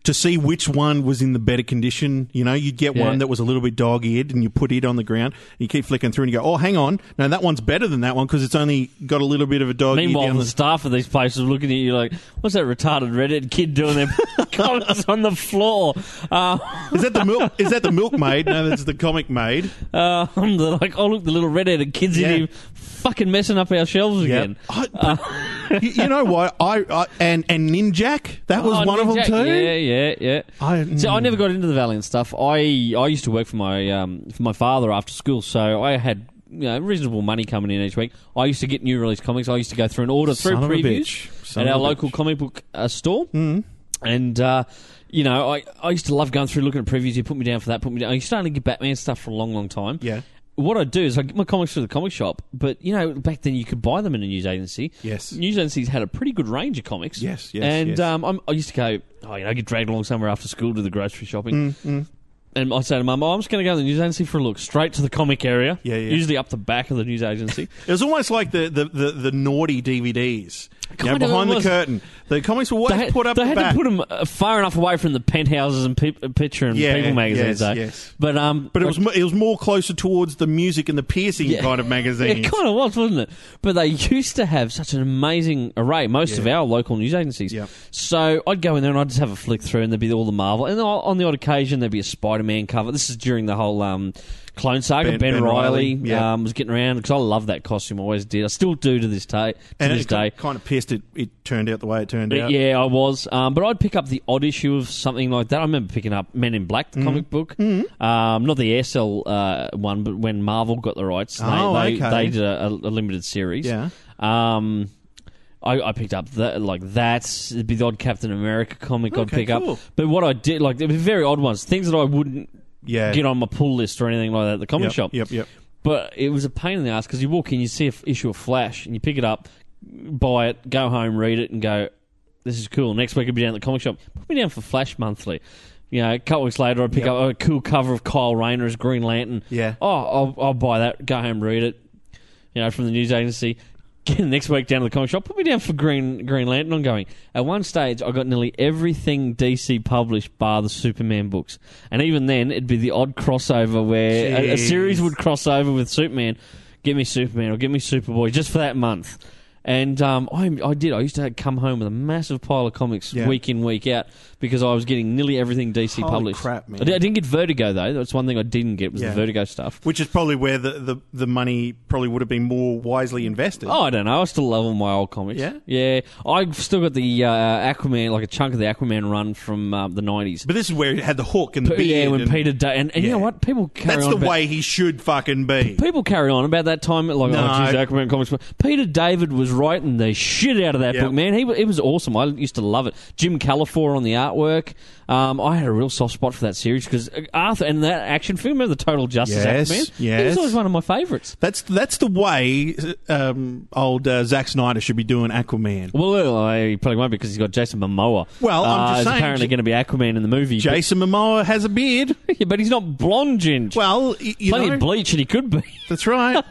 Speaker 2: to see which one was in the better condition. You know, you'd get
Speaker 1: Yeah.
Speaker 2: one that was a little bit dog-eared, and you put it on the ground. And you keep flicking through, and you go, "Oh, hang on, no, that one's better than that one because it's only got a little bit of a dog."
Speaker 1: Meanwhile,
Speaker 2: down
Speaker 1: the
Speaker 2: the
Speaker 1: staff of these places were looking at you like, "What's that retarded redhead kid doing there? [laughs] Comments on the floor." Uh,
Speaker 2: [laughs] is that the milk? Is that the milkmaid? No, that's the
Speaker 1: [laughs]
Speaker 2: comic maid.
Speaker 1: um, they're like, "Oh look, the little redheaded kid's
Speaker 2: Yeah.
Speaker 1: in here, fucking messing up our shelves again."
Speaker 2: I- but- [laughs] you, you know what? I, I and and Ninjak. That was
Speaker 1: Oh,
Speaker 2: one of them
Speaker 1: Ninjak.
Speaker 2: too.
Speaker 1: Yeah, yeah, yeah.
Speaker 2: I-
Speaker 1: See, I
Speaker 2: mm.
Speaker 1: never got into the Valiant stuff. I I used to work for my um, for my father after school, so I had you know, reasonable money coming in each week. I used to get new release comics. I used to go through and order
Speaker 2: Son
Speaker 1: through
Speaker 2: of a
Speaker 1: previews
Speaker 2: bitch.
Speaker 1: at
Speaker 2: Son of
Speaker 1: our
Speaker 2: a
Speaker 1: local
Speaker 2: bitch. Hmm.
Speaker 1: comic book uh, store, mm. and. Uh, you know, I, I used to love going through looking at previews. You put me down for that, put me down. I used to only get Batman stuff for a long, long time
Speaker 2: Yeah.
Speaker 1: what I do is I get my comics through the comic shop, but you know back then you could buy them in a news agency.
Speaker 2: Yes.
Speaker 1: news agencies had a pretty good range of comics.
Speaker 2: Yes, yes,
Speaker 1: and
Speaker 2: yes.
Speaker 1: Um, I'm, I used to go, oh, you know, I get dragged along somewhere after school to the grocery
Speaker 2: Mm,
Speaker 1: shopping, and I say to mum, oh, I'm just going to go to the news agency for a look, straight to the comic area.
Speaker 2: Yeah, yeah.
Speaker 1: Usually up the back of the news
Speaker 2: [laughs]
Speaker 1: agency.
Speaker 2: It was almost like the the, the, the naughty DVDs. You know,
Speaker 1: Kind of
Speaker 2: behind the
Speaker 1: was.
Speaker 2: curtain. The comics were
Speaker 1: they
Speaker 2: always
Speaker 1: had,
Speaker 2: put up
Speaker 1: they
Speaker 2: the
Speaker 1: had
Speaker 2: back.
Speaker 1: to put them far enough away from the penthouses and peop uh, picture and
Speaker 2: Yeah,
Speaker 1: people magazines.
Speaker 2: yes,
Speaker 1: though.
Speaker 2: yes.
Speaker 1: But um,
Speaker 2: but it was mo- it was more closer towards the music and the piercing
Speaker 1: Yeah.
Speaker 2: kind of magazine.
Speaker 1: It kind of was, wasn't it? But they used to have such an amazing array. Most of
Speaker 2: Yeah.
Speaker 1: our local news agencies.
Speaker 2: Yeah.
Speaker 1: So I'd go in there and I'd just have a flick through, and there'd be all the Marvel, and on on the odd occasion there'd be a Spider-Man cover. This is during the whole um, Clone Saga. Ben,
Speaker 2: Ben- Ben
Speaker 1: Riley,
Speaker 2: Reilly, yeah.
Speaker 1: um, was getting around because I love that costume. I always did. I still do to this day. To
Speaker 2: and
Speaker 1: this
Speaker 2: it
Speaker 1: day.
Speaker 2: kind of pissed it. It turned out the way it turned
Speaker 1: But
Speaker 2: out.
Speaker 1: yeah, I was. Um, but I'd pick up the odd issue of something like that. I remember picking up Men in Black,
Speaker 2: Mm-hmm.
Speaker 1: the comic book. Um, not the ASL uh, one, but when Marvel got the rights, they,
Speaker 2: Oh,
Speaker 1: they,
Speaker 2: okay.
Speaker 1: they did a, a, a limited series.
Speaker 2: Yeah.
Speaker 1: Um, I, I picked up that like that. It'd be the odd Captain America comic I'd
Speaker 2: Okay,
Speaker 1: pick up.
Speaker 2: cool.
Speaker 1: But what I did, like, there were very odd ones, things that I wouldn't
Speaker 2: Yeah.
Speaker 1: get on my pull list or anything like that at the comic
Speaker 2: Yep,
Speaker 1: shop.
Speaker 2: Yep, yep.
Speaker 1: But it was a pain in the ass because you walk in, you see an issue of Flash, and you pick it up, buy it, go home, read it, and go, "This is cool." Next week, I'll be down at the comic shop. Put me down for Flash monthly. You know, a couple weeks later, I pick
Speaker 2: Yep.
Speaker 1: up a cool cover of Kyle Rayner as Green Lantern.
Speaker 2: Yeah.
Speaker 1: Oh, I'll, I'll buy that. Go home, read it. You know, from the news agency. [laughs] Again, next week down to the comic shop. Put me down for Green Green Lantern. I'm going. At one stage, I got nearly everything DC published, bar the Superman books, and even then, it'd be the odd crossover where a, a
Speaker 2: Jeez.
Speaker 1: series would cross over with Superman. Give me Superman or give me Superboy just for that month. And um, I, I did. I used to come home with a massive pile of comics
Speaker 2: Yeah.
Speaker 1: week in, week out because I was getting nearly everything DC
Speaker 2: Holy
Speaker 1: published.
Speaker 2: crap, man.
Speaker 1: I, di- I didn't get Vertigo though. That's one thing I didn't get was the
Speaker 2: Yeah.
Speaker 1: Vertigo stuff.
Speaker 2: Which is probably where the, the, the money probably would have been more wisely invested.
Speaker 1: Oh, I don't know. I still love all my old comics.
Speaker 2: Yeah?
Speaker 1: yeah. I've still got the uh, Aquaman, like a chunk of the Aquaman run from um, the nineties.
Speaker 2: But this is where it had the hook and the beard.
Speaker 1: Yeah, when
Speaker 2: and
Speaker 1: Peter Day, and, and you know
Speaker 2: Yeah.
Speaker 1: what? People carry
Speaker 2: that's
Speaker 1: on
Speaker 2: the
Speaker 1: about-
Speaker 2: way he should fucking be.
Speaker 1: People carry on about that time, like
Speaker 2: No.
Speaker 1: oh, geez, Aquaman comics. book. Peter David was writing the shit out of that
Speaker 2: Yep.
Speaker 1: book, man. He wa- it was awesome. I used to love it. Jim Calafor on the artwork. Um, I had a real soft spot for that series because Arthur and that action film, remember the Total Justice
Speaker 2: Yes,
Speaker 1: Aquaman? He was
Speaker 2: yes.
Speaker 1: always one of my favourites.
Speaker 2: That's that's the way um, old uh, Zack Snyder should be doing Aquaman.
Speaker 1: Well, uh, I he probably won't because he's got Jason Momoa.
Speaker 2: Well, I'm
Speaker 1: uh,
Speaker 2: just
Speaker 1: is
Speaker 2: saying-
Speaker 1: apparently going to be Aquaman in the movie. [laughs]
Speaker 2: Jason Momoa has a beard.
Speaker 1: but, but he's not blonde, Ginge.
Speaker 2: [laughs] Well, y- you
Speaker 1: Plenty
Speaker 2: know,
Speaker 1: of bleach, and he could be. [laughs]
Speaker 2: that's right.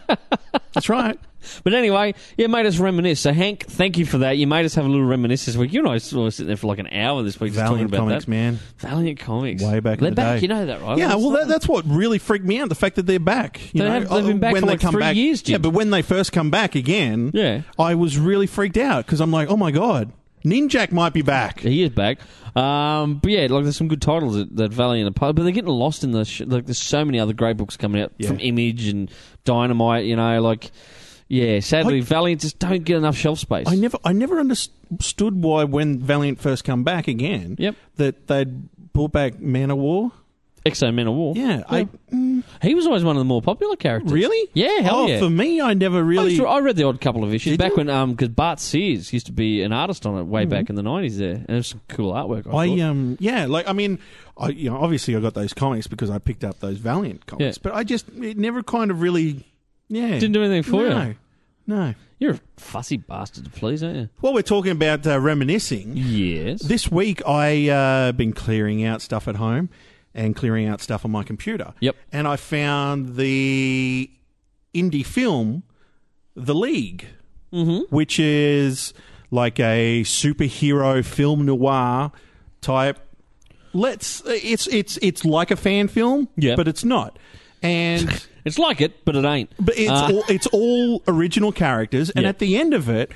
Speaker 2: that's right.
Speaker 1: But anyway, yeah, made us reminisce. So Hank, thank you for that. You made us have a little reminisce this week. You and I were sitting there for like an hour this week just
Speaker 2: Valiant
Speaker 1: talking about
Speaker 2: Comics,
Speaker 1: that.
Speaker 2: man.
Speaker 1: Valiant Comics,
Speaker 2: Way back in
Speaker 1: They're
Speaker 2: the
Speaker 1: back.
Speaker 2: day.
Speaker 1: You know that, right?
Speaker 2: Yeah,
Speaker 1: That's
Speaker 2: well, that,
Speaker 1: not-
Speaker 2: that's what really freaked me out—the fact that they're back. You
Speaker 1: They
Speaker 2: know,
Speaker 1: have- they've been back
Speaker 2: when
Speaker 1: for
Speaker 2: they
Speaker 1: like
Speaker 2: come
Speaker 1: three
Speaker 2: back,
Speaker 1: years, Jim.
Speaker 2: Yeah, but when they first come back again,
Speaker 1: Yeah.
Speaker 2: I was really freaked out because I'm like, oh my god, Ninjak might be back.
Speaker 1: he is back. Um, but yeah, like there's some good titles that, that Valiant are part, but they're getting lost in the sh- like. There's so many other great books coming out
Speaker 2: Yeah.
Speaker 1: from Image and Dynamite. You know, like yeah, sadly,
Speaker 2: I-
Speaker 1: Valiant just don't get enough shelf space.
Speaker 2: I never, I never understood why when Valiant first come back again,
Speaker 1: Yep.
Speaker 2: that they'd brought back Man of War.
Speaker 1: Exo Men of War.
Speaker 2: Yeah, I mm,
Speaker 1: He was always one of the more popular characters.
Speaker 2: really.
Speaker 1: Yeah, hell
Speaker 2: oh,
Speaker 1: yeah.
Speaker 2: For me, I never
Speaker 1: I,
Speaker 2: really.
Speaker 1: used to- I read the odd couple of issues
Speaker 2: Did
Speaker 1: back
Speaker 2: you? Hmm.
Speaker 1: when, um, because Bart Sears used to be an artist on it way back in the nineties. There, and it was some cool artwork. I,
Speaker 2: I
Speaker 1: thought.
Speaker 2: um yeah like I mean I you know obviously I got those comics because I picked up those Valiant comics
Speaker 1: Yeah.
Speaker 2: but I just it never kind of really yeah
Speaker 1: didn't do anything for
Speaker 2: no,
Speaker 1: you.
Speaker 2: no
Speaker 1: You're a fussy bastard to please, aren't
Speaker 2: well we're talking about uh, reminiscing
Speaker 1: you? Yes.
Speaker 2: this week I uh, been clearing out stuff at home and clearing out stuff on my computer
Speaker 1: Yep.
Speaker 2: and I found the indie film The League
Speaker 1: Mm-hmm.
Speaker 2: which is like a superhero film noir type. Let's. It's it's it's like a fan film,
Speaker 1: Yeah.
Speaker 2: but it's not.
Speaker 1: [laughs]
Speaker 2: And
Speaker 1: It's like it, but it ain't.
Speaker 2: but it's
Speaker 1: Uh.
Speaker 2: all, it's all original characters. And
Speaker 1: Yeah.
Speaker 2: at the end of it,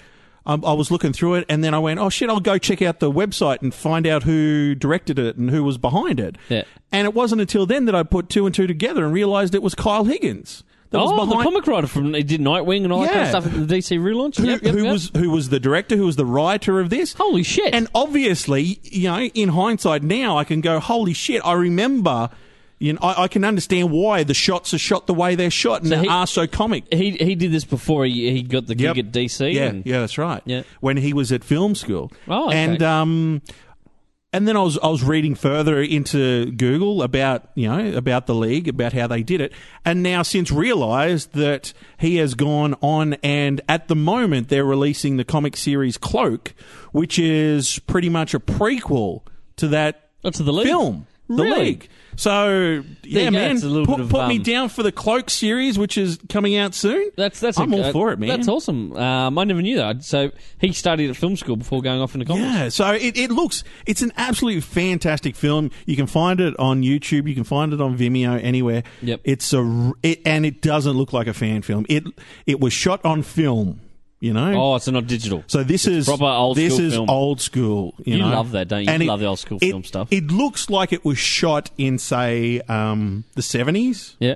Speaker 2: um, I was looking through it, and then I went, "Oh shit! I'll go check out the website and find out who directed it and who was behind it."
Speaker 1: Yeah.
Speaker 2: And it wasn't until then that I put two and two together and realized it was Kyle Higgins that was
Speaker 1: oh,
Speaker 2: behind
Speaker 1: the comic writer from he did Nightwing and all that kind
Speaker 2: Yeah.
Speaker 1: of stuff at the DC relaunch.
Speaker 2: who,
Speaker 1: Yep, yep,
Speaker 2: who
Speaker 1: yep.
Speaker 2: was who was the director, who was the writer of this.
Speaker 1: holy shit?
Speaker 2: And obviously, you know, in hindsight now, I can go, holy shit, I remember. You know, I, I can understand why the shots are shot the way they're shot and
Speaker 1: So
Speaker 2: they
Speaker 1: he-
Speaker 2: are so comic.
Speaker 1: he he did this before he, he got the gig
Speaker 2: Yep.
Speaker 1: at DC.
Speaker 2: Yeah,
Speaker 1: and-
Speaker 2: yeah, that's right.
Speaker 1: Yeah.
Speaker 2: when he was at film school.
Speaker 1: Oh, okay.
Speaker 2: and um, and then I was I was reading further into Google about you know about the league about how they did it, and now since realised that he has gone on and at the moment they're releasing the comic series Cloak, which is pretty much a prequel to that
Speaker 1: Oh, to the league.
Speaker 2: film, The
Speaker 1: Really?
Speaker 2: League. So
Speaker 1: you
Speaker 2: yeah,
Speaker 1: go.
Speaker 2: man,
Speaker 1: It's a little
Speaker 2: put,
Speaker 1: bit of,
Speaker 2: put me
Speaker 1: um,
Speaker 2: down for the Cloak series, which is coming out soon.
Speaker 1: That's that's.
Speaker 2: I'm
Speaker 1: a,
Speaker 2: all
Speaker 1: uh,
Speaker 2: for it, man.
Speaker 1: That's awesome. Um, I never knew that. So he studied at film school before going off into comics.
Speaker 2: Yeah, so it, it looks it's an absolutely fantastic film. You can find it on YouTube, you can find it on Vimeo, anywhere.
Speaker 1: Yep.
Speaker 2: It's a r- it, and it doesn't look like a fan film. It it was shot on film, you know.
Speaker 1: Oh, so not digital.
Speaker 2: so this is
Speaker 1: proper old
Speaker 2: this
Speaker 1: school
Speaker 2: is
Speaker 1: film.
Speaker 2: old school. You,
Speaker 1: You
Speaker 2: know?
Speaker 1: love that, don't you?
Speaker 2: And
Speaker 1: You love the old school
Speaker 2: it-
Speaker 1: film stuff.
Speaker 2: It looks like it was shot in say um, the seventies.
Speaker 1: yeah,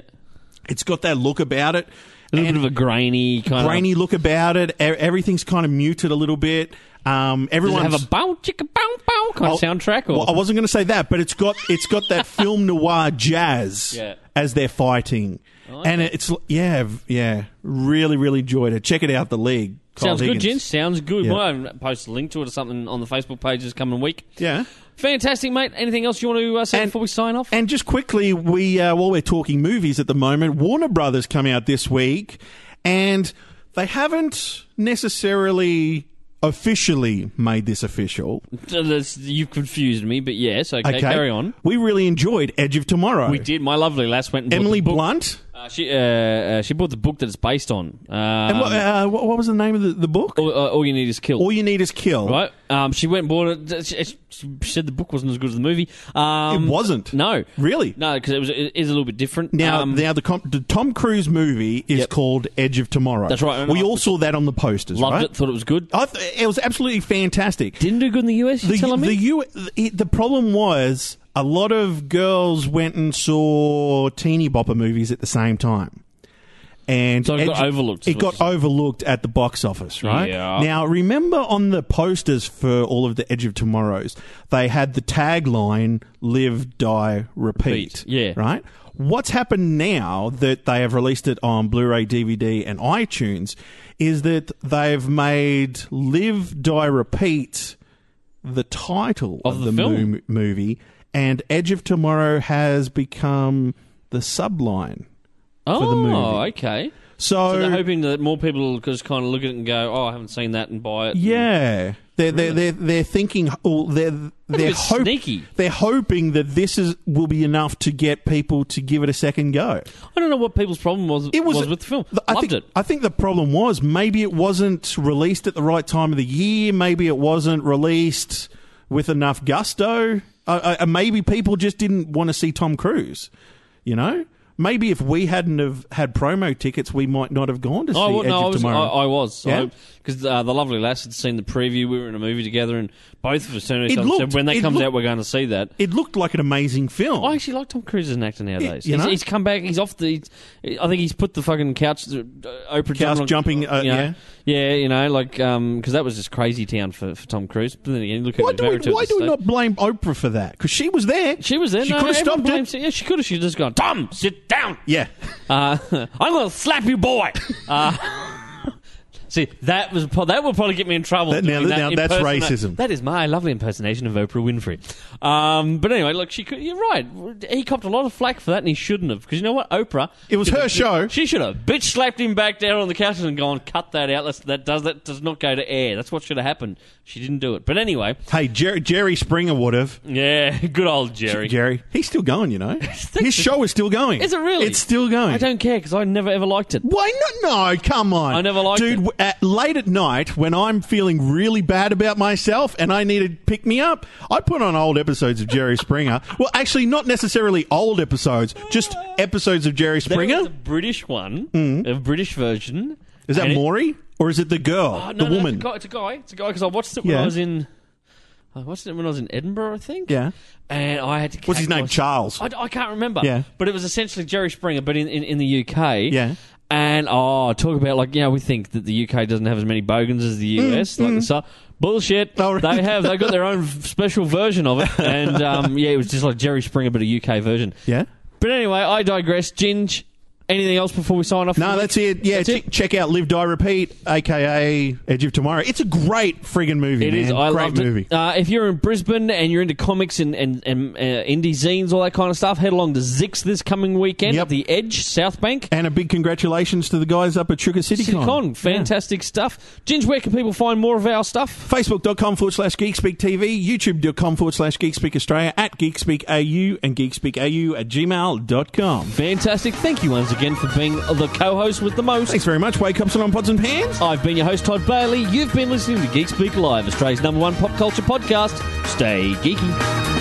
Speaker 2: It's got that look about it.
Speaker 1: a little
Speaker 2: And-
Speaker 1: bit of a grainy kind of.
Speaker 2: grainy look about it. E- Everything's kind of muted a little bit. Um,
Speaker 1: Does it
Speaker 2: everyone's
Speaker 1: have a bow chicka bow bow kind of
Speaker 2: Oh,
Speaker 1: soundtrack? Or
Speaker 2: Well, I wasn't going to say that, but it's got it's got
Speaker 1: [laughs]
Speaker 2: that film noir jazz
Speaker 1: Yeah.
Speaker 2: as they're fighting, and it's yeah, yeah, really, really enjoyed it. Check it out, the league. Kyle
Speaker 1: sounds good,
Speaker 2: Higgins.
Speaker 1: Jen. Sounds good.
Speaker 2: Yeah.
Speaker 1: Well, I post a link to it or something on the Facebook page this coming week.
Speaker 2: Yeah,
Speaker 1: Fantastic, mate. Anything else you want to uh, say
Speaker 2: And-
Speaker 1: before we sign off?
Speaker 2: and just quickly, we uh, while we're talking movies at the moment, Warner Brothers come out this week, and they haven't necessarily officially made this official.
Speaker 1: So that's- Uh, You've confused me, but yes. Okay,
Speaker 2: Okay,
Speaker 1: carry on.
Speaker 2: We really enjoyed Edge of Tomorrow.
Speaker 1: We did. My lovely lass went. And bought
Speaker 2: Emily
Speaker 1: the book.
Speaker 2: Blunt.
Speaker 1: Uh, she uh, uh, she bought the book that it's based on. Um,
Speaker 2: And what, uh, what what was the name of the, the book?
Speaker 1: all, uh, all you need is kill.
Speaker 2: All you need is kill.
Speaker 1: Right. Um, she went and bought it. She, she said the book wasn't as good as the movie. Um,
Speaker 2: it wasn't.
Speaker 1: No.
Speaker 2: Really?
Speaker 1: No, because it was it is a little bit different.
Speaker 2: Now,
Speaker 1: Um,
Speaker 2: now the, com- the Tom Cruise movie is
Speaker 1: Yep.
Speaker 2: called Edge of Tomorrow.
Speaker 1: That's right, and
Speaker 2: We
Speaker 1: I-
Speaker 2: all saw that on the posters,
Speaker 1: loved
Speaker 2: right?
Speaker 1: it. Thought it was good.
Speaker 2: I th- it was absolutely fantastic.
Speaker 1: Didn't do good in the US. You
Speaker 2: The,
Speaker 1: telling
Speaker 2: the,
Speaker 1: me?
Speaker 2: U- it, the problem was a lot of girls went and saw teeny bopper movies at the same time. And
Speaker 1: So it got
Speaker 2: Edge-
Speaker 1: overlooked, is
Speaker 2: It
Speaker 1: what
Speaker 2: got
Speaker 1: you're
Speaker 2: overlooked at the box office, right?
Speaker 1: Yeah.
Speaker 2: Now, remember on the posters for all of the Edge of Tomorrows, they had the tagline "Live, Die, Repeat."
Speaker 1: Repeat, yeah.
Speaker 2: right? What's happened now that they have released it on Blu ray, DVD, and iTunes is that they've made Live, Die, Repeat the title
Speaker 1: Of
Speaker 2: of,
Speaker 1: the
Speaker 2: the,
Speaker 1: film.
Speaker 2: mo- movie, and Edge of Tomorrow has become the subline.
Speaker 1: Oh,
Speaker 2: for the movie.
Speaker 1: okay.
Speaker 2: So,
Speaker 1: So they're hoping that more people will just kind of look at it and go, "Oh, I haven't seen that," and buy it.
Speaker 2: yeah. They're, they're, they're, they're thinking, well, they're, they're,
Speaker 1: bit
Speaker 2: hope-
Speaker 1: sneaky.
Speaker 2: they're hoping that this is will be enough to get people to give it a second go.
Speaker 1: I don't know what people's problem was.
Speaker 2: It was,
Speaker 1: with the film.
Speaker 2: th- I
Speaker 1: Loved
Speaker 2: think,
Speaker 1: it.
Speaker 2: I think the problem was maybe it wasn't released at the right time of the year. Maybe it wasn't released with enough gusto. Uh, uh, maybe people just didn't want to see Tom Cruise. You know, maybe if we hadn't have had promo tickets, we might not have gone to see
Speaker 1: I, wa-
Speaker 2: Edge
Speaker 1: no, I
Speaker 2: of
Speaker 1: was, I,
Speaker 2: Tomorrow.
Speaker 1: I was,
Speaker 2: Yeah?
Speaker 1: because uh, the lovely lass had seen the preview. We were in a movie together, and both of us turned to
Speaker 2: It
Speaker 1: each other and
Speaker 2: looked-
Speaker 1: said, "When that
Speaker 2: it
Speaker 1: comes
Speaker 2: looked-
Speaker 1: out, we're going to see that."
Speaker 2: it looked like an amazing film.
Speaker 1: I actually like Tom Cruise as an actor nowadays.
Speaker 2: you
Speaker 1: he's,
Speaker 2: know?
Speaker 1: he's come back. He's off the. I think he's put the fucking couch, uh, Oprah
Speaker 2: Couch
Speaker 1: on-
Speaker 2: jumping, uh,
Speaker 1: you know?
Speaker 2: yeah.
Speaker 1: yeah, you know, like because that was just crazy town for, for Tom Cruise. But then again, look at
Speaker 2: Why
Speaker 1: the
Speaker 2: do we,
Speaker 1: narrative
Speaker 2: why
Speaker 1: of the
Speaker 2: do we
Speaker 1: state.
Speaker 2: not blame Oprah for that? Because she was there.
Speaker 1: She was there.
Speaker 2: She
Speaker 1: no,
Speaker 2: could have
Speaker 1: everyone
Speaker 2: stopped it.
Speaker 1: blames Yeah, she could have. She just gone. Tom, sit down.
Speaker 2: Yeah.
Speaker 1: Uh, [laughs] I'm gonna slap you, boy. Uh, [laughs] see, that was pro- that will probably get me in trouble.
Speaker 2: That- now-
Speaker 1: doing that
Speaker 2: now that's
Speaker 1: impersona-
Speaker 2: racism.
Speaker 1: That is my lovely impersonation of Oprah Winfrey. Um, but anyway, look, she could. You're right. He copped a lot of flack for that, and he shouldn't have. Because you know what, Oprah.
Speaker 2: It was
Speaker 1: should
Speaker 2: her
Speaker 1: have-
Speaker 2: show.
Speaker 1: She should have bitch slapped him back down on the couch and gone, cut that out. That's, that does that does not go to air. That's what should have happened. She didn't do it. But anyway,
Speaker 2: Hey, Jerry, Jerry Springer would have.
Speaker 1: yeah, [laughs] good old Jerry.
Speaker 2: Jerry, he's still going,
Speaker 1: [laughs]
Speaker 2: you know. His show is still going.
Speaker 1: Is it really?
Speaker 2: It's still going.
Speaker 1: I don't care because I never ever liked it.
Speaker 2: Why not? No, come on.
Speaker 1: I never liked
Speaker 2: Dude,
Speaker 1: it.
Speaker 2: w- At, late at night, when I'm feeling really bad about myself and I need to pick me up, I put on old episodes of Jerry Springer. Well, actually, not necessarily old episodes, just episodes of Jerry
Speaker 1: There was
Speaker 2: Springer.
Speaker 1: a British one,
Speaker 2: Mm.
Speaker 1: a British version.
Speaker 2: Is that
Speaker 1: And it-
Speaker 2: Maury? Or is it the girl?
Speaker 1: Oh, no,
Speaker 2: the
Speaker 1: no,
Speaker 2: woman?
Speaker 1: It's a guy. It's a guy. It's a guy because I watched it when
Speaker 2: Yeah.
Speaker 1: I was in. I watched it when I was in Edinburgh, I think.
Speaker 2: Yeah.
Speaker 1: And I had to.
Speaker 2: What's his
Speaker 1: cack
Speaker 2: name?
Speaker 1: myself.
Speaker 2: Charles.
Speaker 1: I, I can't remember.
Speaker 2: Yeah.
Speaker 1: But it was essentially Jerry Springer, but in, in, in the UK.
Speaker 2: Yeah.
Speaker 1: And oh, talk about like you know we think that the UK doesn't have as many bogans as the US. like this, bullshit.
Speaker 2: Mm, Oh, really?
Speaker 1: They have. They got their
Speaker 2: [laughs]
Speaker 1: own special version of it, and um, yeah, it was just like Jerry Springer, but a UK version.
Speaker 2: yeah?
Speaker 1: But anyway, I digress. Ginge, anything else before we sign off?
Speaker 2: No, that's it. Yeah,
Speaker 1: That's
Speaker 2: che- check out Live Die Repeat, aka Edge of Tomorrow. It's a great friggin' movie.
Speaker 1: It
Speaker 2: man.
Speaker 1: is. I
Speaker 2: great
Speaker 1: loved
Speaker 2: movie.
Speaker 1: it. Uh, if you're in Brisbane and you're into comics and, and, and uh, indie zines, all that kind of stuff, head along to Zix this coming weekend
Speaker 2: Yep.
Speaker 1: at the Edge, South Bank.
Speaker 2: And a big congratulations to the guys up at Sugar City,
Speaker 1: CityCon. Fantastic stuff. Ginge, where can people find more of our stuff?
Speaker 2: Facebook.com forward slash Geekspeak TV, YouTube.com forward slash Geekspeak Australia, at Geekspeak AU, and GeekspeakAU at gmail.com.
Speaker 1: Fantastic. Thank you once again for being the co host with the most.
Speaker 2: Thanks very much. Wake up, sit on pods and pans.
Speaker 1: I've been your host, Todd Bailey. You've been listening to Geek Speak Live, Australia's number one pop culture podcast. Stay geeky.